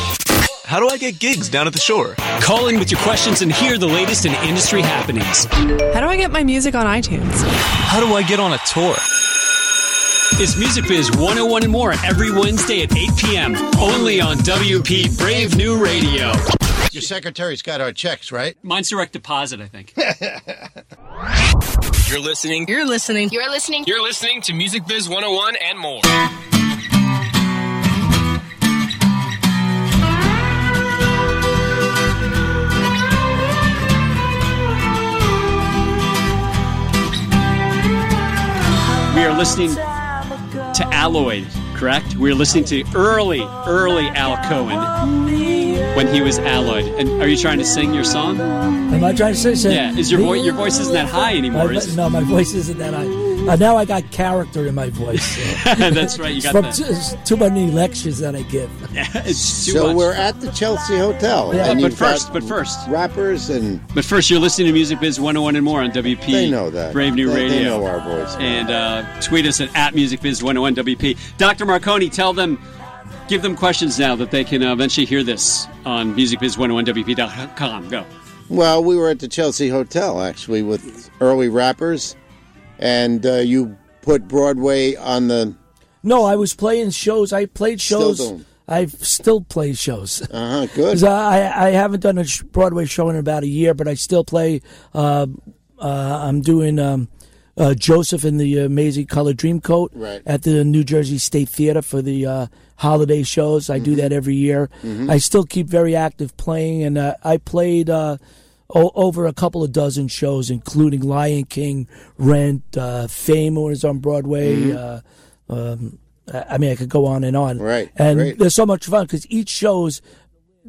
S7: How do I get gigs down at the shore?
S2: Call in with your questions and hear the latest in industry happenings.
S8: How do I get my music on iTunes?
S2: How do I get on a tour? It's Music Biz 101 and more every Wednesday at 8 p.m. Only on WP Brave New Radio.
S1: Your secretary's got our checks, right?
S2: Mine's direct deposit, I think.
S9: You're listening.
S8: You're listening.
S10: You're listening.
S9: You're listening to Music Biz 101 and more.
S2: We are listening to Alloyd, correct? We are listening to early, early Al Cohen when he was Alloyd. And are you trying to sing your song?
S4: Am I trying to say something?
S2: Yeah, is your vo- your voice isn't that high anymore,
S4: My-
S2: is it?
S4: no, my voice isn't that high. Uh, now I got character in my voice. so.
S2: That's right, you got
S4: From
S2: that.
S4: t- s- too many lectures that I give.
S2: It's too
S5: So
S2: much.
S5: we're at the Chelsea Hotel.
S4: Yeah,
S5: and
S2: but
S5: you've got
S2: first- but first.
S5: rappers and
S2: But first, you're listening to Music Biz 101 and more on WP.
S5: they know that
S2: Brave New
S5: They-
S2: Radio.
S5: They know our voice.
S2: and uh, tweet us at, at musicbiz101wp. Dr. Marconi, tell them, give them questions now that they can uh, eventually hear this on musicbiz101wp.com. Go.
S5: Well, we were at the Chelsea Hotel actually with early rappers, and uh, you put Broadway on the.
S4: No, I was playing shows. I played
S5: Still
S4: shows.
S5: don't.
S4: I still play shows.
S5: Uh huh. Good.
S4: 'Cause I, I haven't done a sh- Broadway show in about a year, but I still play. Uh, uh, I'm doing um, uh, Joseph in the Amazing Color Dreamcoat
S5: Right.
S4: at the New Jersey State Theater for the uh, holiday shows. I
S5: Mm-hmm.
S4: do that every year. I still keep very active playing, and uh, I played uh, o- over a couple of dozen shows, including Lion King, Rent, uh, Fame was on Broadway.
S5: Mm-hmm.
S4: Uh, um, I I mean, I could go on and on.
S5: Right,
S4: And
S5: great.
S4: they're so much fun because each show's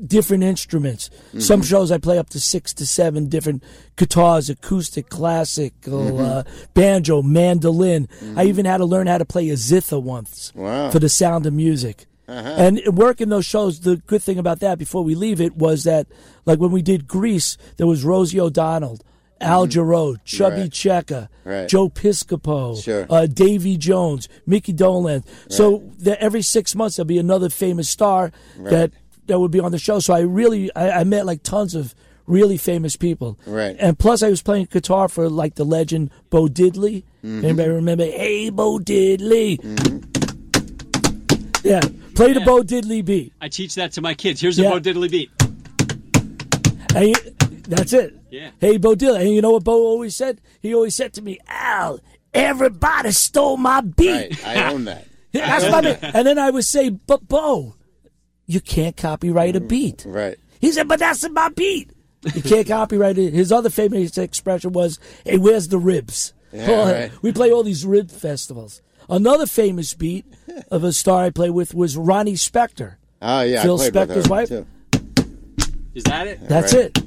S4: different instruments. Some
S5: Mm-hmm.
S4: shows I play up to six to seven different guitars, acoustic, classical,
S5: Mm-hmm.
S4: uh, banjo, mandolin. I even had to learn how to play a zither once
S5: Wow. Uh-huh.
S4: for the sound of music. And working those shows, the good thing about that before we leave it was that, like when we did Grease, there was Rosie O'Donnell, Al Jarreau, Chubby
S5: Mm-hmm. Right.
S4: Checker,
S5: Right.
S4: Joe Piscopo,
S5: Sure.
S4: uh, Davy Jones, Mickey Dolan. So that every six months there'll be another famous star that that would be on the show. So I really I, I met like tons of really famous people.
S5: Right.
S4: And plus I was playing guitar for like the legend Bo Diddley.
S5: Mm-hmm.
S4: Anybody remember? Hey Bo Diddley. Yeah. Play the Bo Diddley beat.
S2: I teach that to my kids. Here's a
S4: Yeah.
S2: Bo Diddley beat.
S4: And you- that's it.
S2: Yeah.
S4: Hey, Bo Diddley. And you know what Bo always said? He always said to me, Al, everybody stole my beat.
S5: right. I own that.
S4: Yeah, That's my bit. And then I would say, but Bo, you can't copyright a
S5: Mm.
S4: beat.
S5: Right.
S4: He said, but that's my beat. You can't copyright it. His other famous expression was, hey, where's the ribs? Oh,
S5: right.
S4: We play all these rib festivals. Another famous beat of a star I play with was Ronnie Spector.
S5: Oh yeah.
S4: Phil
S5: I played with her,
S4: Spector's wife?
S5: too.
S2: Is that it?
S4: That's
S5: Right.
S4: it.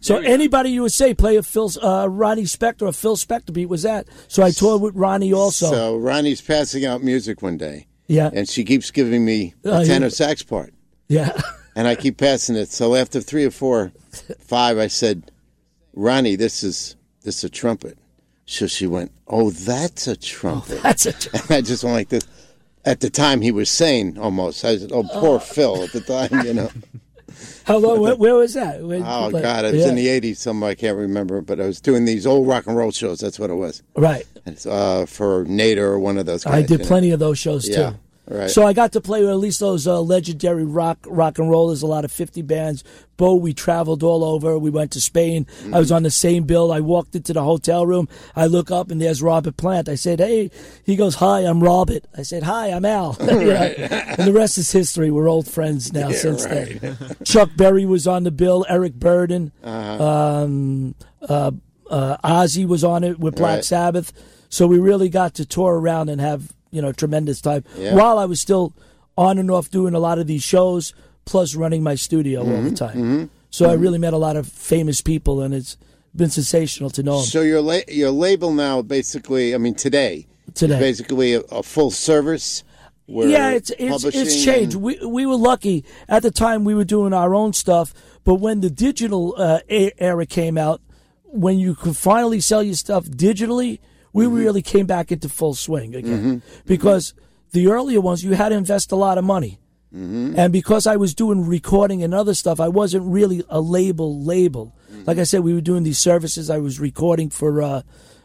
S4: So
S2: There we go.
S4: anybody you would say play a Phil, uh, Ronnie Spector, a Phil Spector beat was that. So I toured with Ronnie also.
S5: So Ronnie's passing out music one day,
S4: yeah,
S5: and she keeps giving me
S4: Oh,
S5: a
S4: you-
S5: tenor sax part,
S4: yeah.
S5: and I keep passing it. So after three or four, five, I said, "Ronnie, this is this is a trumpet." So she went, "Oh, that's a trumpet."
S4: That's it.
S5: I just went like this. At the time, he was sane almost. I said, "Oh, poor Phil." At the time, you know.
S4: How long? Where, where was that? When-
S5: Oh
S4: like-
S5: God, it was
S4: yeah.
S5: in the '80s. Some I can't remember, but I was doing these old rock and roll shows. That's what it was.
S4: right.
S5: And it's, uh, for Nader or one of those. Guys,
S4: I did
S5: you know.
S4: plenty of those shows
S5: Yeah,
S4: too.
S5: right.
S4: So I got to play with at least those uh, legendary rock rock and rollers. A lot of fifty bands. Bo, we traveled all over. We went to Spain. I
S5: Mm-hmm.
S4: was on the same bill. I walked into the hotel room. I look up and there's Robert Plant. I said, "Hey," he goes, "Hi, I'm Robert." I said, "Hi, I'm Al." You know? and the rest is history. We're old friends now since then. Chuck Berry was on the bill. Eric Burden. uh, Ozzy was on it with Black
S5: Right.
S4: Sabbath. So we really got to tour around and have you know tremendous time
S5: Yeah.
S4: while I was still on and off doing a lot of these shows, plus running my studio all
S5: Mm-hmm.
S4: the time. So I really met a lot of famous people, and it's been sensational to know them.
S5: So your la- your label now basically, I mean today, is
S4: Today.
S5: basically a, a full service. Where
S4: yeah, it's it's it's
S5: publishing
S4: changed.
S5: and-
S4: We we were lucky at the time we were doing our own stuff, but when the digital uh, e- era came out, when you could finally sell your stuff digitally, we
S5: Mm-hmm.
S4: really came back into full swing again because the earlier ones you had to invest a lot of money. And because I was doing recording and other stuff, I wasn't really a label label.
S5: Mm-hmm.
S4: Like I said, we were doing these services. I was recording for uh,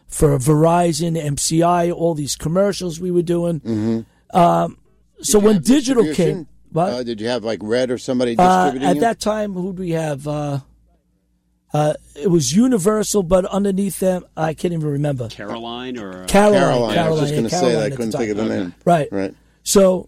S4: for Verizon, MCI, all these commercials we were doing. Um,
S5: Mm-hmm.
S4: so when digital came,
S5: Distribution?
S4: what?
S5: Uh, did you have like Red or somebody
S4: Uh,
S5: distributing
S4: at
S5: you?
S4: that time, who do we have? Uh, uh, it was Universal, but underneath them, I can't even remember.
S2: Caroline or uh,
S4: Caroline.
S5: Caroline. I was just
S4: yeah,
S5: going to say
S4: Caroline
S5: that. I
S4: at the
S5: couldn't
S4: time.
S5: think of the name.
S4: Right.
S5: Right.
S4: So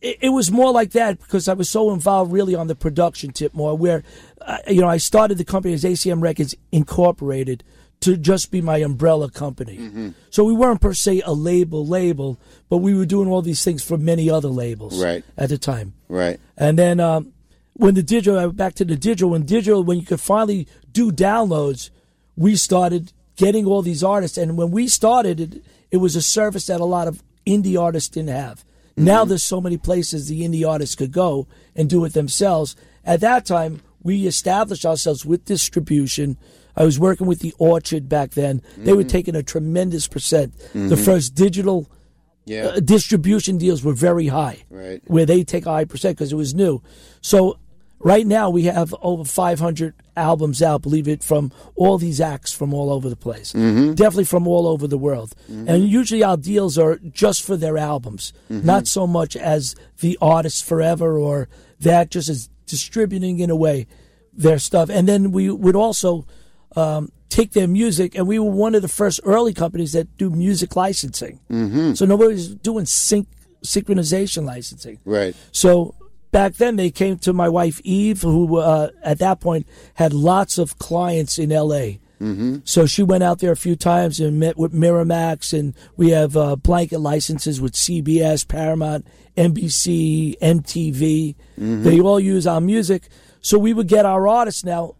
S4: it, it was more like that because I was so involved really on the production tip more where, uh, you know, I started the company as ACM Records Incorporated to just be my umbrella company. So we weren't per se a label label, but we were doing all these things for many other labels
S5: Right.
S4: at the time.
S5: Right.
S4: And then um, when the digital, uh, back to the digital, when digital, when you could finally do downloads, we started getting all these artists. And when we started, it, it was a service that a lot of indie artists didn't have. Now there's so many places the indie artists could go and do it themselves. At that time, we established ourselves with distribution. I was working with the Orchard back then. They were taking a tremendous percent. The first digital
S5: Yeah.
S4: uh, distribution deals were very high,
S5: Right.
S4: Where they take a high percent because it was new. So right now we have over 500 albums out, believe it, from all these acts from all over the place,
S5: Mm-hmm.
S4: definitely from all over the world. And usually our deals are just for their albums,
S5: Mm-hmm.
S4: not so much as the artist forever or that, just as distributing in a way their stuff. And then we would also. Um, take their music, and we were one of the first early companies that do music licensing. So nobody's doing sync synchronization licensing.
S5: Right.
S4: So back then they came to my wife Eve, who uh, at that point had lots of clients in L.A. Mm-hmm. So she went out there a few times and met with Miramax, and we have uh, blanket licenses with CBS, Paramount, NBC, MTV. They all use our music, so we would get our artists now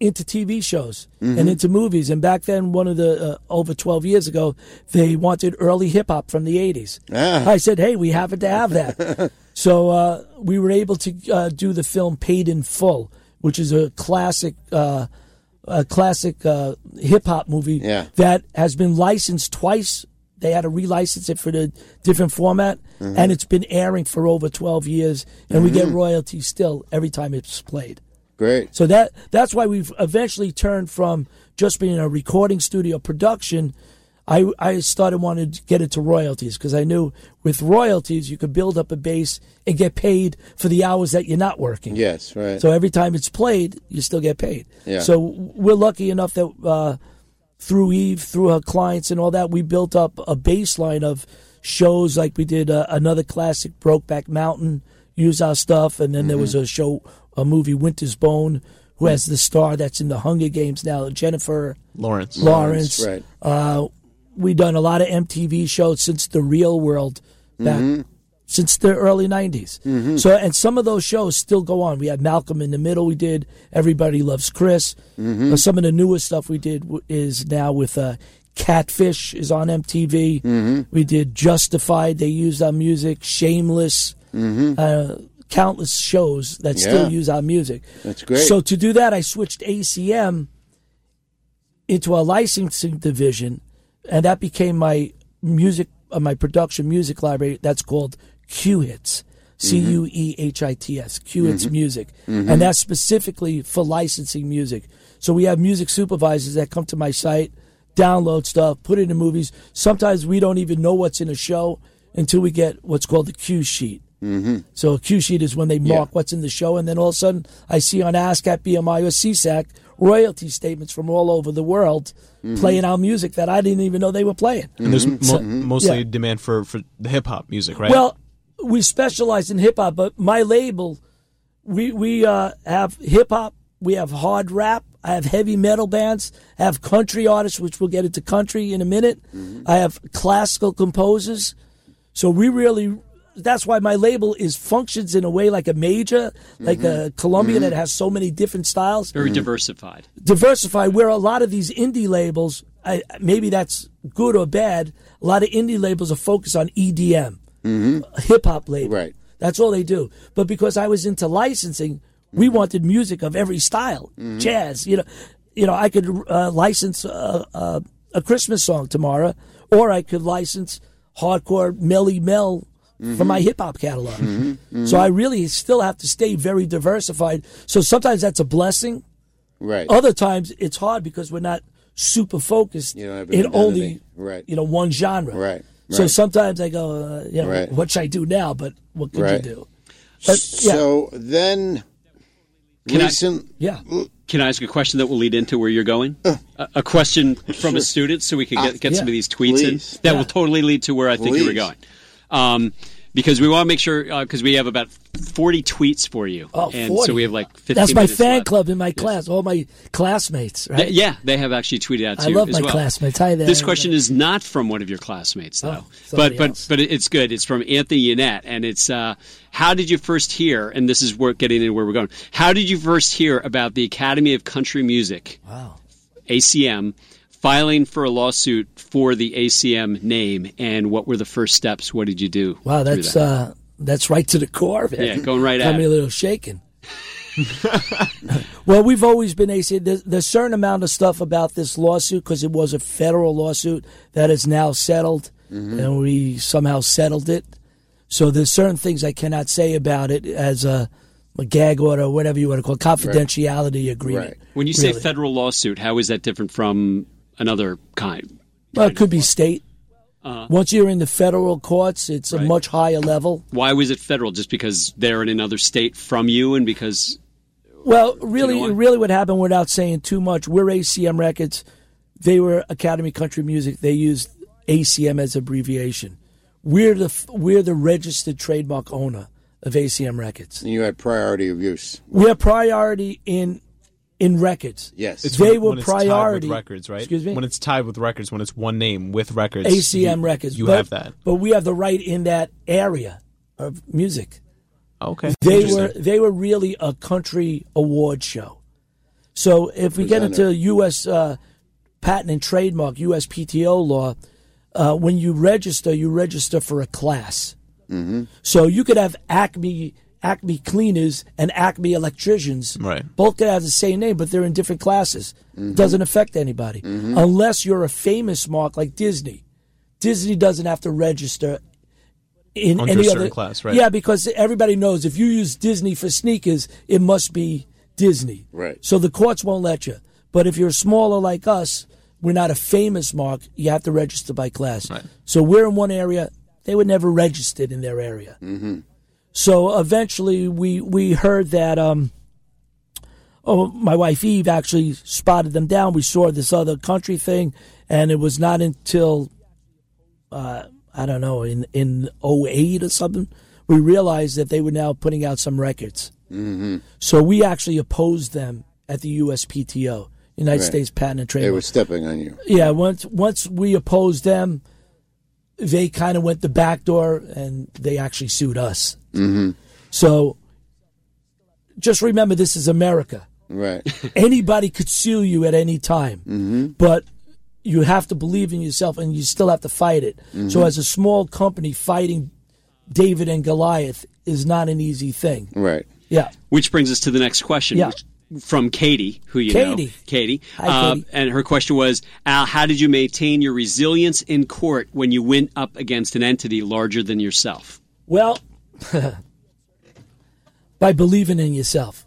S4: into TV shows and into movies. And back then, one of the uh, over 12 years ago, they wanted early hip hop from the 80s. I said, hey, we happen to have that. so uh, we were able to uh, do the film Paid in Full, which is a classic. Uh, a classic uh, hip hop movie
S5: Yeah.
S4: that has been licensed twice. They had to relicense it for the different format, and it's been airing for over twelve years, and we get royalties still every time it's played.
S5: Great.
S4: So that that's why we've eventually turned from just being a recording studio production. I I started wanting to get into royalties because I knew with royalties you could build up a base and get paid for the hours that you're not working.
S5: Yes. Right.
S4: So every time it's played, you still get paid.
S5: Yeah.
S4: So we're lucky enough that uh, through Eve, through her clients and all that, we built up a baseline of shows like we did uh, another classic, Brokeback Mountain, use our stuff, and then there was
S5: Mm-hmm.
S4: a show, a movie, Winter's Bone, who has the star that's in the Hunger Games now, Jennifer
S6: Lawrence.
S4: Lawrence.
S5: right.
S4: Uh, we've done a lot of MTV shows since the Real World back
S5: Mm-hmm.
S4: since the early 90s. So, and some of those shows still go on. We had Malcolm in the Middle, we did Everybody Loves Chris.
S5: Mm-hmm.
S4: Uh, some of the newest stuff we did w- is now with uh, Catfish is on MTV.
S5: Mm-hmm.
S4: We did Justified, they used our music, Shameless. Uh, countless shows that
S5: Mm-hmm. Yeah.
S4: still use our music.
S5: That's great.
S4: So to do that, I switched ACM into a licensing division, and that became my music, uh, my production music library. That's called Q Hits,
S5: Mm-hmm.
S4: C U E H I T S, Q Hits Music, and that's specifically for licensing music. So we have music supervisors that come to my site, download stuff, put it in movies. Sometimes we don't even know what's in a show until we get what's called the Q sheet. So a cue sheet is when they mark what's in the show, and then all of a sudden I see on ASCAP, BMI, or CSAC royalty statements from all over the world playing our music that I didn't even know they were playing.
S6: And there's mo- mostly
S4: Mm-hmm. Yeah.
S6: demand for, for the hip hop music, right?
S4: Well, we specialize in hip hop, but my label, we we uh, have hip hop, we have hard rap, I have heavy metal bands, I have country artists, which we'll get into country in a minute. I have classical composers, so we really. That's why my label is functions in a way like a major, like a Columbia that has so many different styles
S2: very diversified.
S4: diversify where a lot of these indie labels I, maybe that's good or bad a lot of indie labels are focused on edm hip-hop label
S5: Right.
S4: that's all they do but because i was into licensing we wanted music of every style jazz you know you know i could uh, license a, a, a christmas song tomorrow or i could license hardcore melly mel for my hip hop catalog. So I really still have to stay very diversified. So sometimes that's a blessing.
S5: Right.
S4: Other times it's hard because we're not super focused
S5: You don't have an
S4: in
S5: identity.
S4: only
S5: Right.
S4: you know one genre.
S5: Right,
S4: So
S5: right.
S4: sometimes I go, uh, you know,
S5: Right.
S4: what should I do now? But what could
S5: Right.
S4: you do? But yeah,
S5: So then,
S2: Can I-
S5: recent.
S4: yeah.
S2: Can I ask a question that will lead into where you're going? a, a question from a student, so we could get, get some
S4: yeah.
S2: of these tweets
S5: Please.
S2: in. That
S4: Yeah.
S2: will totally lead to where I think you were
S5: Please.
S2: going, um, because we want to make sure because we have about 40 tweets for you,
S4: Oh,
S2: and
S4: 40.
S2: so we have like 15
S4: That's my
S2: minutes
S4: fan
S2: left.
S4: club in my class. All my classmates, right?
S2: Th- yeah, they have actually tweeted out.
S4: I
S2: Too,
S4: love
S2: as
S4: my
S2: well.
S4: classmates. Hi there.
S2: This question is not from one of your classmates, though,
S4: Oh,
S2: but
S4: somebody
S2: but
S4: else.
S2: but it's good. It's from Anthony Yannette, and it's uh, how did you first hear? And this is where getting into where we're going. How did you first hear about the Academy of Country Music?
S4: Wow.
S2: ACM filing for a lawsuit for the ACM name and what were the first steps? What did you do?
S4: Wow,
S2: through
S4: that's
S2: that?
S4: uh, that's right to the core of it.
S2: Yeah, going right
S4: Got
S2: at
S4: me
S2: it.
S4: a little shaken. well, we've always been AC. There's, there's a certain amount of stuff about this lawsuit because it was a federal lawsuit that is now settled,
S2: Mm-hmm.
S4: and we somehow settled it. So there's certain things I cannot say about it as a, a gag order, whatever you want to call it, confidentiality agreement.
S5: Right.
S2: when you say
S4: really.
S2: federal lawsuit, how is that different from another kind?
S4: Well, it could be state.
S2: Uh-huh.
S4: Once you're in the federal courts, it's a much higher level.
S2: Why was it federal? Just because they're in another state from you and because
S4: Well, really,
S2: why?
S4: really, what happened without saying too much? We're ACM Records. They were Academy Country Music. They used ACM as abbreviation. We're the f- we're the registered trademark owner of ACM Records.
S5: You had priority of use.
S4: We're priority in in records.
S5: Yes.
S6: It's
S4: they
S6: when-
S4: were
S6: when it's tied with
S4: priority
S6: records, right?
S4: Excuse me.
S6: When it's tied with records, when it's one name with records,
S4: ACM
S6: you-
S4: Records.
S6: You
S4: but,
S6: have that.
S4: but we have the right in that area of music.
S6: Okay.
S4: they
S6: Interesting.
S4: were they were really a country award show. So if we get into U.S. Uh, patent and trademark (USPTO) law, uh, when you register, you register for a class.
S6: Mm-hmm.
S4: So you could have Acme Acme cleaners and Acme electricians.
S6: Right. Mm-hmm.
S4: Both could have the same name, but they're in different classes. Doesn't affect anybody unless you're a famous mark like Disney. Disney doesn't have to register in
S6: Under
S4: any
S6: a certain
S4: other
S6: class, right.
S4: Yeah, because everybody knows if you use Disney for sneakers, it must be Disney.
S5: Right.
S4: So the courts won't let you. But if you're smaller like us, we're not a famous mark. You have to register by class. Right. So we're in one area. They were never registered in their area. Mm-hmm. So eventually, we we heard that. Um, oh, my wife Eve actually spotted them down. We saw this other country thing, and it was not until uh, I don't know, in in 08 or something, we realized that they were now putting out some records. Mm-hmm. So we actually opposed them at the USPTO, United
S5: Right.
S4: States Patent and
S5: They
S4: Trademark.
S5: were stepping on you.
S4: yeah, once once we opposed them, they kind of went the back door and they actually sued us. Mm-hmm. So just remember, this is America
S5: Right.
S4: anybody could sue you at any time, but you have to believe in yourself and you still have to fight it. So, as a small company, fighting David and Goliath is not an easy thing.
S5: Right.
S4: Yeah.
S2: Which brings us to the next question.
S4: Yeah.
S2: which- from Katie, who you know,
S4: Katie.
S2: Katie, Uh,
S4: Hi, Katie.
S2: and her question was, Al, how did you maintain your resilience in court when you went up against an entity larger than yourself?
S4: Well, by believing in yourself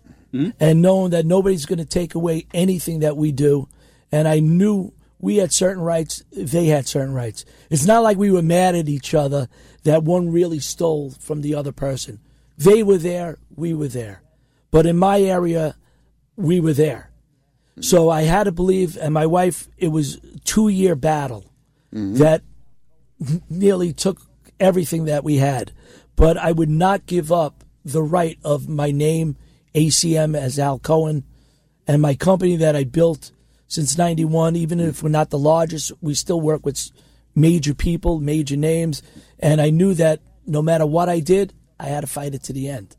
S4: and knowing that nobody's going to take away anything that we do. And I knew we had certain rights, they had certain rights. It's not like we were mad at each other that one really stole from the other person. They were there, we were there. But in my area, we were there. So I had to believe, and my wife, it was two year battle that nearly took everything that we had. But I would not give up the right of my name, ACM, as Al Cohen, and my company that I built since 91. Even if we're not the largest, we still work with s- major people, major names. And I knew that no matter what I did, I had to fight it to the end.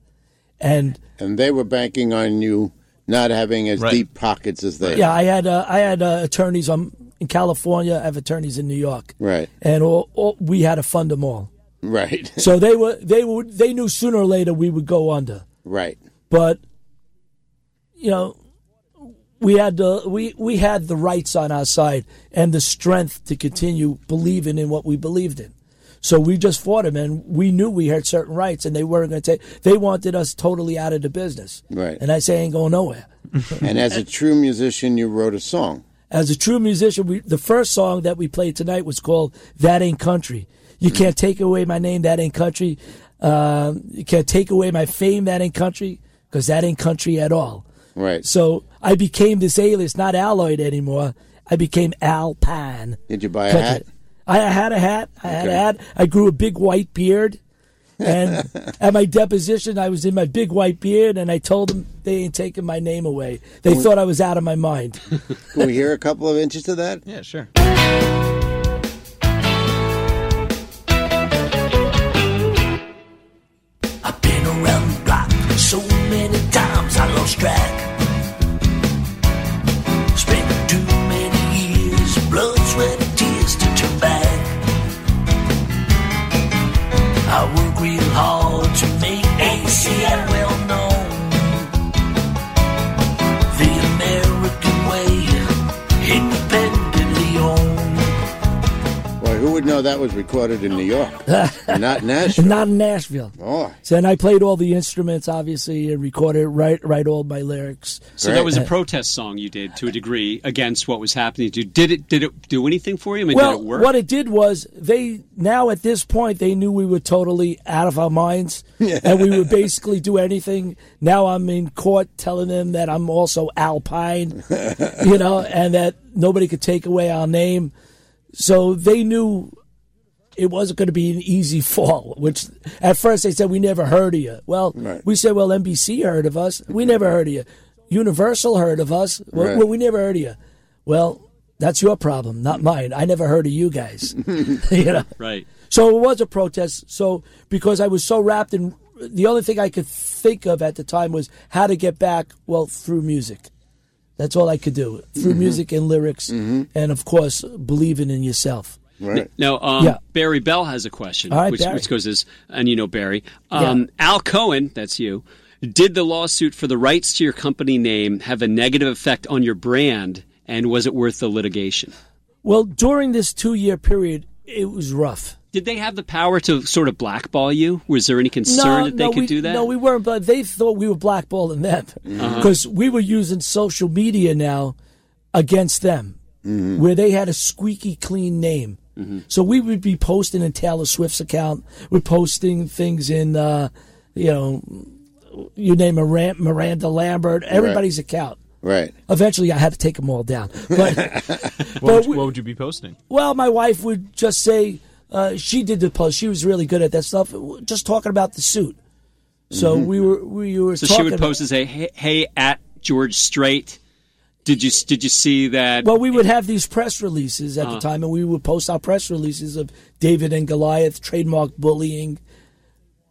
S4: And
S5: And they were banking on you not having as
S6: Right.
S5: deep pockets as they.
S4: yeah, I had uh, I had uh, attorneys on, in California, I have attorneys in New York.
S5: Right.
S4: And all, all, we had to fund them all.
S5: Right.
S4: So they were they would they knew sooner or later we would go under.
S5: right.
S4: But you know, we had the we we had the rights on our side and the strength to continue believing in what we believed in. So we just fought them, and we knew we had certain rights, and they weren't going to take. They wanted us totally out of the business.
S5: Right.
S4: And I say, ain't going nowhere.
S5: And as a true musician, you wrote a song.
S4: As a true musician, we, the first song that we played tonight was called "That Ain't Country." You can't take away my name, that ain't country. Um, you can't take away my fame, that ain't country, because that ain't country at all.
S5: Right.
S4: So I became this alias, not Alloyed anymore. I became Alpine.
S5: Did you buy a
S4: Country.
S5: hat?
S4: I had a hat. I had a
S5: Okay.
S4: hat. I grew a big white beard. And at my deposition, I was in my big white beard, and I told them they ain't taking my name away. They thought I was out of my mind.
S5: Can we hear a couple of inches of that?
S6: Yeah, sure.
S3: I've been around the block so many times I lost track. Spent too many years, blood, sweat, and tears to turn back. I work real hard to make ACL well known. The American way, independently owned.
S5: Well, who would know that was recorded in New York, not Nashville?
S4: Not in Nashville.
S5: oh,
S4: So, and I played all the instruments, obviously, and recorded, write, write all my lyrics.
S2: So that
S5: Right.
S2: was
S4: Uh,
S2: a protest song you did to a degree against what was happening to you. Did it did it do anything for you? I mean,
S4: Well,
S2: did it work?
S4: what it did was they now at this point they knew we were totally out of our minds, and we would basically do anything. Now I'm in court telling them that I'm also Alpine, you know, and that nobody could take away our name. So they knew it wasn't going to be an easy fall. Which at first they said we never heard of you. Well,
S5: Right.
S4: we said well NBC heard of us. We never heard of you. Universal heard of us. Well,
S5: Right.
S4: we never heard of you. Well, that's your problem, not mine. I never heard of you guys. you know.
S2: right.
S4: So it was a protest. So because I was so wrapped in the only thing I could think of at the time was how to get back. Well, through music. That's all I could do through music and lyrics, and of course believing in yourself.
S5: right.
S2: No, um,
S4: Yeah.
S2: Barry Bell has a question,
S4: All right,
S2: which,
S4: Barry.
S2: which goes as, and you know Barry. Um, Al Cohen, that's you, did the lawsuit for the rights to your company name have a negative effect on your brand, and was it worth the litigation?
S4: Well, during this two-year period, it was rough.
S2: Did they have the power to sort of blackball you? Was there any concern that they could
S4: we,
S2: do that? Uh-huh.
S4: No, we weren't. But they thought we were blackballing them because we were using social media now against them, where they had a squeaky clean name.
S2: Mm-hmm.
S4: So we would be posting in Taylor Swift's account. We're posting things in, uh, you know, you name Miranda, Miranda Lambert, everybody's account.
S5: Right.
S4: Eventually, I had to take them all down. But
S6: What would, you,
S4: we-
S6: what would you be posting?
S4: Well, my wife would just say uh, she did the post. She was really good at that stuff. Just talking about the suit. So we were we were.
S2: Mm-hmm. so
S4: talking
S2: she would post and say, "Hey, hey, at George Strait, did you did you see that?"
S4: Well, we would have these press releases at the time, and we would post our press releases of David and Goliath, trademark bullying.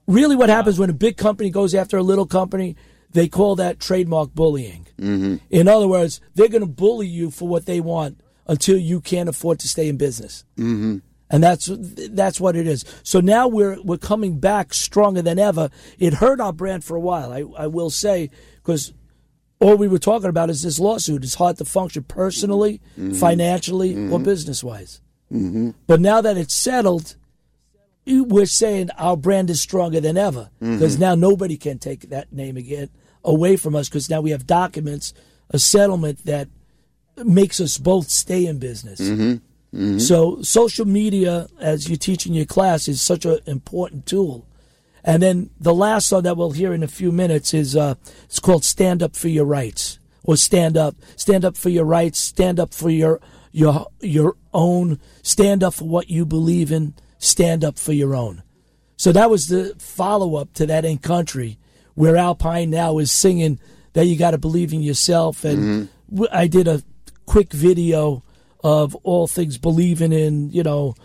S4: Really, what happens when a big company goes after a little company, they call that trademark bullying. Mm-hmm. In other words, they're going to bully you for what they want until you can't afford to stay in business. Mm-hmm. And that's that's what it is. So now we're we're coming back stronger than ever. It hurt our brand for a while, I, I will say, because all we were talking about is this lawsuit. It's hard to function personally, financially, or business wise. Mm-hmm. But now that it's settled, you- we're saying our brand is stronger than ever because now nobody can take that name again away from us because now we have documents, a settlement that makes us both stay in business. So social media, as you teach in your class, is such an important tool. And then the last song that we'll hear in a few minutes is uh, it's called "Stand Up for Your Rights" or "Stand Up, Stand Up for Your Rights, Stand Up for Your Your Your Own, Stand Up for What You Believe in, Stand Up for Your Own." So that was the follow up to that in country, where Alpine now is singing that you got to believe in yourself. And w I I did a quick video of all things believing in, you know,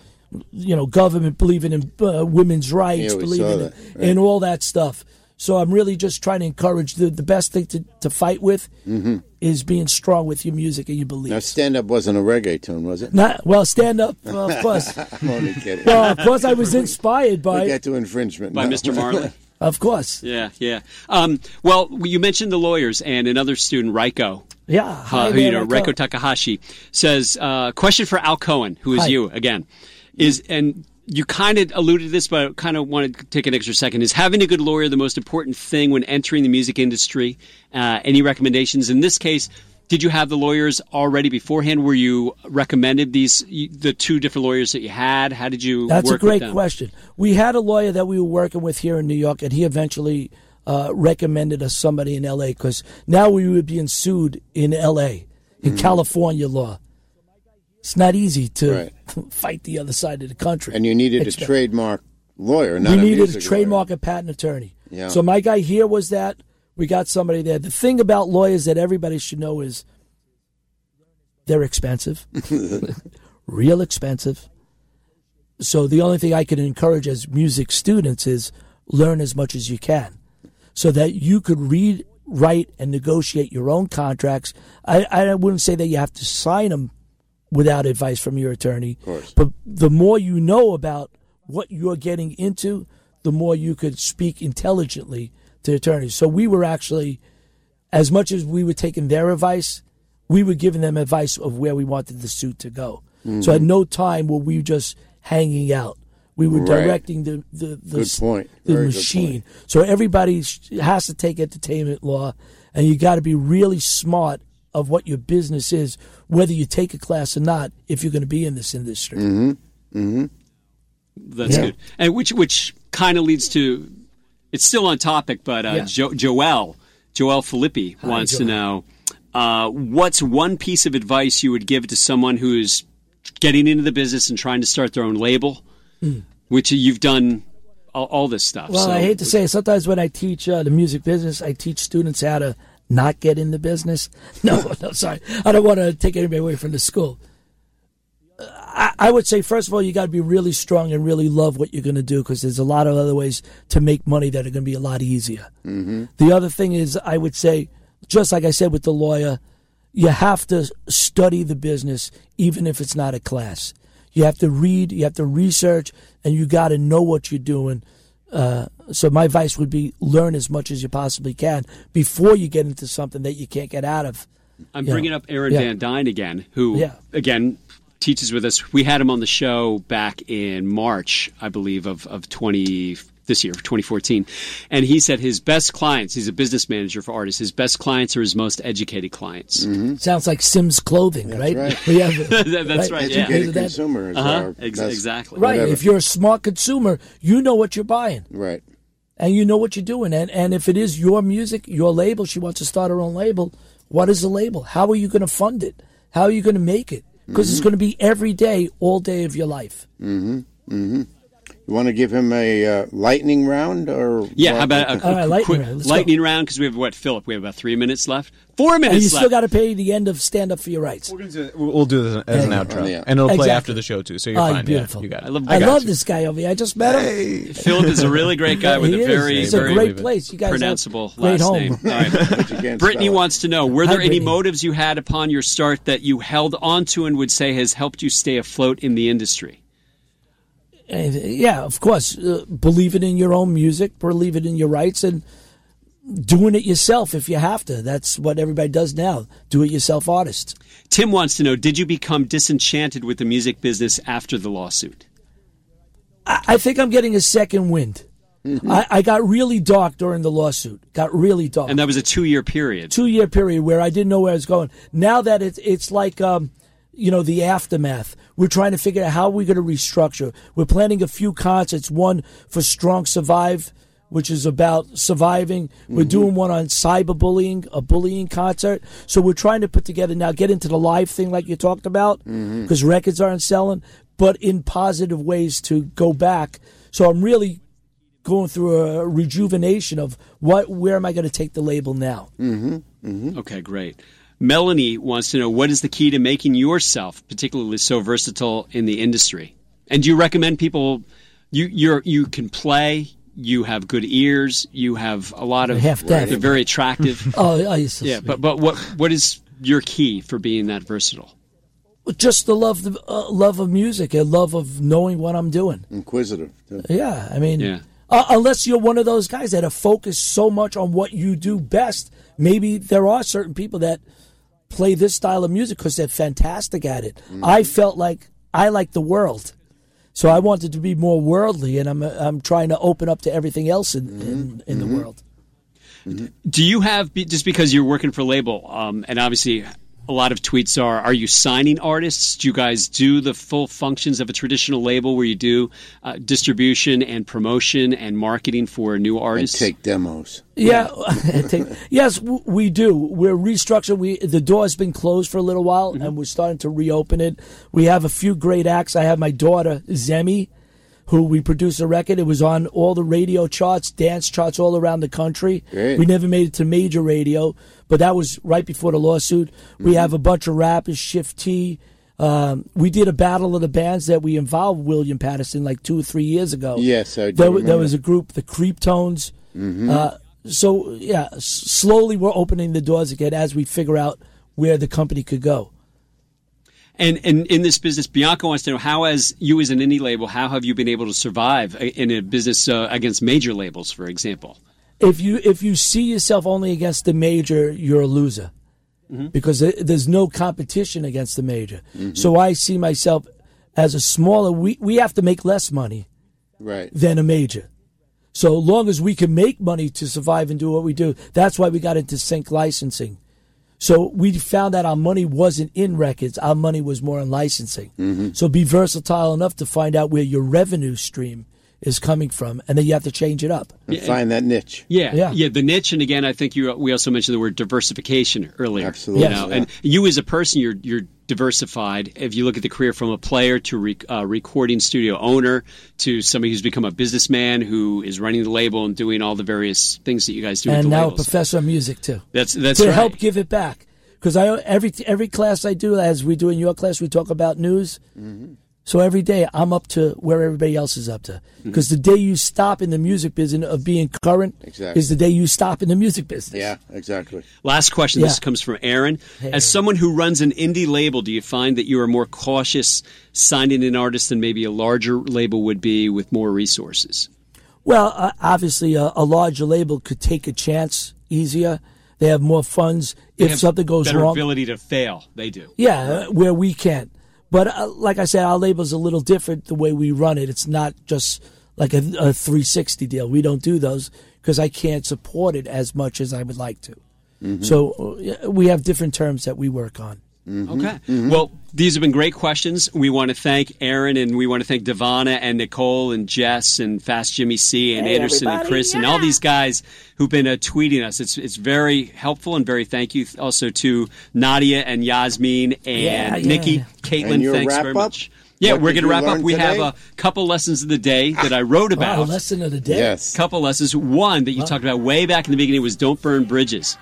S4: you know, government believing in uh, women's rights,
S5: Yeah, we saw
S4: believing in,
S5: that, right.
S4: in all that stuff. So I'm really just trying to encourage the, the best thing to, to fight with
S5: Mm-hmm.
S4: is being strong with your music and your
S5: Now,
S4: beliefs.
S5: stand up wasn't a reggae tune, was it?
S4: Not well, stand up, uh, of course.
S5: I'm only kidding.
S4: well, of course, I was inspired
S5: we
S4: by,
S5: get to infringement
S2: by
S5: now.
S2: Mr. Marley.
S4: of course,
S2: Yeah, yeah. Um, well, you mentioned the lawyers and another student, Ryko,
S4: yeah.
S2: uh,
S4: hi
S2: who you
S4: there,
S2: know,
S4: I
S2: Reiko
S4: come.
S2: Takahashi says, uh, question for Al Cohen, who is
S4: Hi.
S2: you again, is and you kind of alluded to this, but I kind of want to take an extra second. Is having a good lawyer the most important thing when entering the music industry? Uh, any recommendations in this case? Did you have the lawyers already beforehand? Were you recommended these the two different lawyers that you had? How did you?
S4: That's
S2: work
S4: a great
S2: with them?
S4: question. We had a lawyer that we were working with here in New York, and he eventually uh, recommended us somebody in L.A. because now we were being sued in L.A.
S5: Mm-hmm.
S4: in California law. It's not easy to
S5: Right.
S4: fight the other side of the country.
S5: And you needed
S4: It's-
S5: a trademark lawyer, not
S4: we
S5: a
S4: needed a
S5: music
S4: trademark and patent attorney.
S5: Yeah.
S4: So my guy here was that. We got somebody there. The thing about lawyers that everybody should know is they're expensive, real expensive. So the only thing I can encourage as music students is learn as much as you can, so that you could read, write, and negotiate your own contracts. I, I wouldn't say that you have to sign them without advice from your attorney. Of
S5: course.
S4: But the more you know about what you're getting into, the more you could speak intelligently to attorneys. So we were actually, as much as we were taking their advice, we were giving them advice of where we wanted the suit to go. So
S5: Mm-hmm.
S4: at no time were we just hanging out. We were
S5: Right.
S4: directing the the, the,
S5: Good point.
S4: the
S5: Very good
S4: machine. So everybody sh- has to take entertainment law, and you got to be really smart of what your business is, whether you take a class or not, if you're going to be in this industry.
S2: That's
S4: Yeah.
S2: good. And which which kind of leads to it's still on topic, but uh,
S4: Yeah.
S2: jo- Joel Joel Filippi wants to
S4: Joel.
S2: know uh, what's one piece of advice you would give to someone who's getting into the business and trying to start their own label, which you've done all, all this stuff.
S4: Hmm. Well,
S2: so,
S4: I hate to say it. Sometimes when I teach uh, the music business, I teach students how to not get in the business. No, no, sorry. I don't want to take anybody away from the school. Uh, I, I would say, first of all, you got to be really strong and really love what you're going to do because there's a lot of other ways to make money that are going to be a lot easier. Mm-hmm. The other thing is, I would say, just like I said with the lawyer, you have to study the business even if it's not a class you have to read you have to research and you got to know what you're doing uh, so my advice would be learn as much as you possibly can before you get into something that you can't get out of
S2: I'm
S4: Yeah.
S2: bringing up Aaron
S4: Yeah.
S2: Van Dyne again, who
S4: Yeah.
S2: again teaches with us. We had him on the show back in March, I believe, of of 20 this year, 2014, and he said his best clients. He's a business manager for artists. His best clients are his most educated clients.
S4: sounds like sims clothing right,
S5: right.
S4: We have-
S2: That's right, yeah.
S5: Educated
S4: That-
S5: consumer is
S2: Uh-huh,
S5: our
S2: ex-
S5: best-
S2: exactly.
S4: right
S5: Whatever.
S4: if you're a smart consumer you know what you're buying
S5: Right.
S4: and you know what you're doing. And and if it is your music, your label, she wants to start her own label. What is the label? How are you going to fund it? How are you going to make it? Because
S5: Mm-hmm.
S4: it's going to be every day, all day of your life.
S5: You want to give him a uh, lightning round or
S2: Yeah, how about a,
S4: All right,
S2: a
S4: lightning
S2: quick
S4: round, let's go.
S2: lightning round? Because we have what, Philip? We have about three minutes left. Four
S4: And you
S2: minutes
S4: still
S2: left.
S4: got to pay the end of stand up for your rights.
S6: We're gonna do, we'll we'll do this as an outro,
S5: Yeah.
S6: and it'll play
S4: Exactly.
S6: after the show too. So you're
S4: Oh,
S6: fine.
S4: beautiful.
S6: Yeah, you got it.
S2: I love-
S4: I,
S2: got
S4: love
S2: you.
S4: this guy over here. I just met him.
S2: Philip is a really great guy with
S4: He
S2: a
S4: is.
S2: very,
S4: it's
S2: very
S4: a great place. You guys have
S2: pronounceable
S4: great
S2: last
S4: home.
S2: name. All right.
S5: against
S2: Brittany wants to know: Were there any
S4: Brittany.
S2: motives you had upon your start that you held onto and would say has helped you stay afloat in the industry?
S4: And, uh, yeah, of course. Uh, believing in your own music, believing in your rights, and doing it yourself if you have to. That's what everybody does now. Do it yourself artist.
S2: Tim wants to know: Did you become disenchanted with the music business after the lawsuit?
S4: I, I think I'm getting a second wind.
S2: Mm-hmm.
S4: I, I got really dark during the lawsuit. Got really dark.
S2: And that was a two-year period.
S4: two year period where I didn't know where I was going. Now that it's it's like um, you know the aftermath. We're trying to figure out how we're going to restructure. We're planning a few concerts. One for Strong Survive, which is about surviving. We're doing one on cyberbullying, a bullying concert. So we're trying to put together now. Get into the live thing like you talked about because records aren't selling, but in positive ways to go back. So I'm really going through a rejuvenation of what where am I going to take the label now?
S2: Okay, great. Melanie wants to know what is the key to making yourself particularly so versatile in the industry? And do you recommend people you you're you can play, you have good ears, you have a lot of
S4: Half deaf.
S2: they're very attractive.
S4: Oh, oh, you're so
S2: yeah,
S4: sweet.
S2: but but what what is your key for being that versatile?
S4: just the love, the uh, love of music and love of knowing what I'm doing.
S5: inquisitive. too.
S4: Yeah, I mean,
S2: Mm. Yeah.
S4: uh, unless you're one of those guys that are focused so much on what you do best, maybe there are certain people that play
S2: Mm.
S4: this style of music because they're fantastic at it. I felt like I like the world. So I wanted to be more worldly, and I'm uh, I'm trying to open up to everything else in
S2: Mm-hmm.
S4: in, in the world.
S2: Do you have be- just because you're working for label, um, and obviously a lot of tweets are: Are you signing artists? Do you guys do the full functions of a traditional label where you do uh, distribution and promotion and marketing for new
S5: and
S2: artists?
S5: take demos.
S4: Yeah, take- yes, w- we do. We're restructuring. We the door's been closed for a little while, and we're starting to reopen it. We have a few great acts. I have my daughter Zemi, who we produced a record. It was on all the radio charts, dance charts all around the country.
S5: Great.
S4: We never made it to major radio, but that was right before the lawsuit. We have a bunch of rappers, Shift T. Um, we did a battle of the bands that we involved William Patterson like two or three years ago.
S5: Yes, I
S4: There, wa-
S5: do
S4: there
S5: remember. Mm-hmm.
S4: was a group, the Creep Tones. Uh, so yeah, s- slowly we're opening the doors again as we figure out where the company could go.
S2: And and in this business, Bianca wants to know how, as you as an indie label, how have you been able to survive i- in a business uh, against major labels, for example?
S4: If you if you see yourself only against the major, you're a loser because there- there's no competition against the major.
S5: Mm-hmm.
S4: So I see myself as a smaller. We we have to make less money
S5: Right.
S4: than a major. So long as we can make money to survive and do what we do, that's why we got into sync licensing. So we found that our money wasn't in records; our money was more in licensing.
S2: Mm-hmm.
S4: So be versatile enough to find out where your revenue stream is coming from, and then you have to change it up.
S5: And find that niche.
S2: Yeah, yeah,
S4: Yeah.
S2: The niche, and again, I think you. We also mentioned the word diversification earlier.
S5: Absolutely,
S2: You know,
S5: yeah.
S2: And you, as a person, you're you're diversified. If you look at the career from a player to re, uh, recording studio owner to somebody who's become a businessman who is running the label and doing all the various things that you guys do. with
S4: and
S2: the
S4: now
S2: labels.
S4: a professor of music too.
S2: That's- that's
S4: to
S2: right.
S4: help give it back because I every every class I do, as we do in your class, we talk about news.
S2: Mm-hmm.
S4: So every day I'm up to where everybody else is up to
S2: Mm-hmm.
S4: because the day you stop in the music business of being current
S5: Exactly.
S4: is the day you stop in the music business.
S5: Yeah, exactly.
S2: Last question. This
S4: Yeah.
S2: comes from Aaron. As someone who runs an indie label, do you find that you are more cautious signing an artist than maybe a larger label would be with more resources?
S4: Well, uh, obviously, a, a larger label could take a chance easier. They have more funds. If
S2: have
S4: something goes
S2: better
S4: wrong,
S2: ability to fail. They do.
S4: Yeah, uh, where we can. But uh, like I said, our label's a little different the way we run it. It's not just like a, a 360 deal. We don't do those because I can't support it as much as I would like to. So uh, yeah, we have different terms that we work on.
S2: Okay. Well, these have been great questions. We want to thank Aaron and we want to thank Devana and Nicole and Jess and Fast Jimmy C and Anderson and Chris and all these guys who've been uh, tweeting us. It's it's very helpful and very thank you also to Nadia and Yasmin and
S4: Yeah, yeah.
S2: Nikki, Caitlin.
S5: And your
S2: thanks
S5: wrap
S2: very
S5: up?
S2: much. Yeah,
S5: What
S2: we're going
S5: did
S2: to
S5: you
S2: wrap up.
S5: learn
S2: We have
S5: today?
S2: a couple lessons of the day that I wrote about
S4: Wow, lesson of the day.
S5: Yes.
S2: couple lessons. One that you talked about way back in the beginning was don't burn bridges.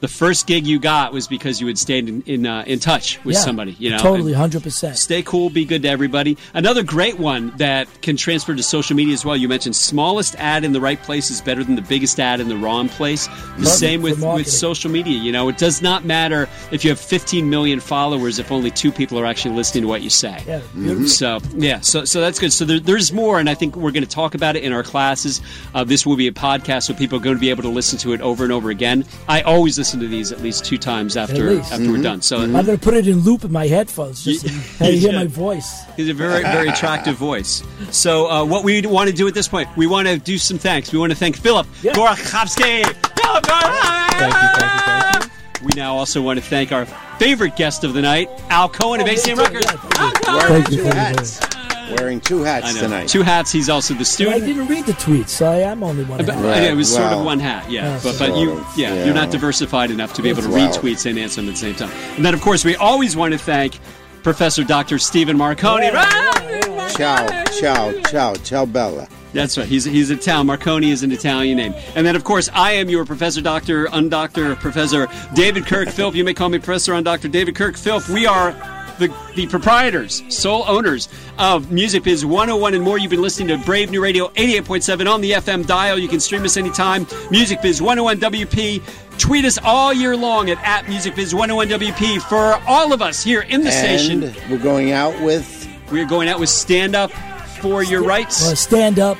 S2: The first gig you got was because you had stayed in in, uh, in touch with
S4: Yeah,
S2: somebody. You know,
S4: Totally,
S2: And
S4: 100%.
S2: Stay cool, be good to everybody. Another great one that can transfer to social media as well. You mentioned smallest ad in the right place is better than the biggest ad in the wrong place. The same with,
S4: for
S2: with
S4: marketing.
S2: social media. You know, it does not matter if you have 15 million followers if only two people are actually listening to what you say.
S4: Yeah, beautiful.
S2: So yeah, so so that's good. So there, there's more, and I think we're going to talk about it in our classes. Uh, this will be a podcast, so people are going to be able to listen to it over and over again. I always listen to these at least two times after
S4: least. Mm-hmm.
S2: after we're done. So
S4: I'm going to put it in loop in my headphones just so you can hear my voice.
S2: he's a very very attractive voice. So uh, what we want to do at this point, we want to do some thanks. We want to thank Philip
S4: Yeah.
S2: Gorachowski. Philip Gorachowski.
S6: Thank you, thank you, thank you.
S2: We now also want to thank our favorite guest of the night, Al Cohen of ACM
S4: yeah,
S2: Records.
S4: yeah, thank you.
S2: Oh, Al Cohen!
S4: Thank you for
S5: Wearing two
S4: the
S5: hats. Wearing two hats
S2: I know.
S5: tonight.
S2: Two hats. He's also the
S4: And I
S2: student.
S4: didn't read the tweet, so I am only one.
S2: But,
S4: half.
S5: Right,
S2: yeah, it was sort of
S5: well,
S2: one hat, yeah.
S4: yeah,
S2: But, but
S5: sort
S2: you,
S5: of,
S2: yeah,
S5: yeah.
S2: you're not diversified enough to be able to
S5: Well.
S2: read tweets and answer them at the same time. And then, of course, we always want to thank Professor Dr. Stephen Marconi.
S5: Ciao, ciao, ciao, ciao, Bella.
S2: That's right. He's he's Italian. Marconi is an Italian name. And then, of course, I am your Professor Doctor Undoctor Professor David Kirk Philp. You may call me Professor Undoctor David Kirk Philp. We are the the proprietors, sole owners of Music Biz 101 and more. You've been listening to Brave New Radio 88.7 on the FM dial. You can stream us anytime. Music Biz 101 WP. Tweet us all year long at, at Music Biz 101 WP for all of us here in the station.
S5: And we're going out with
S2: We're going out with Stand Up for Your Rights.
S4: Well, stand up.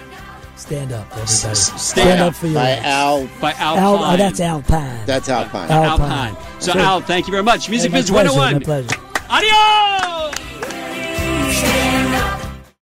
S4: Stand up, everybody. Stand,
S2: up
S4: up for your
S5: by
S4: rights.
S5: Al.
S2: by Al.
S4: Al,
S2: Pine.
S4: oh, that's Alpine.
S5: That's Alpine.
S4: Al-
S2: Al Pine.
S4: Pine.
S2: So,
S4: Sure.
S2: Al, thank you very much. Music oh
S4: My
S2: Biz
S4: pleasure, My
S2: 101.
S4: pleasure.
S2: Adios!
S3: Stay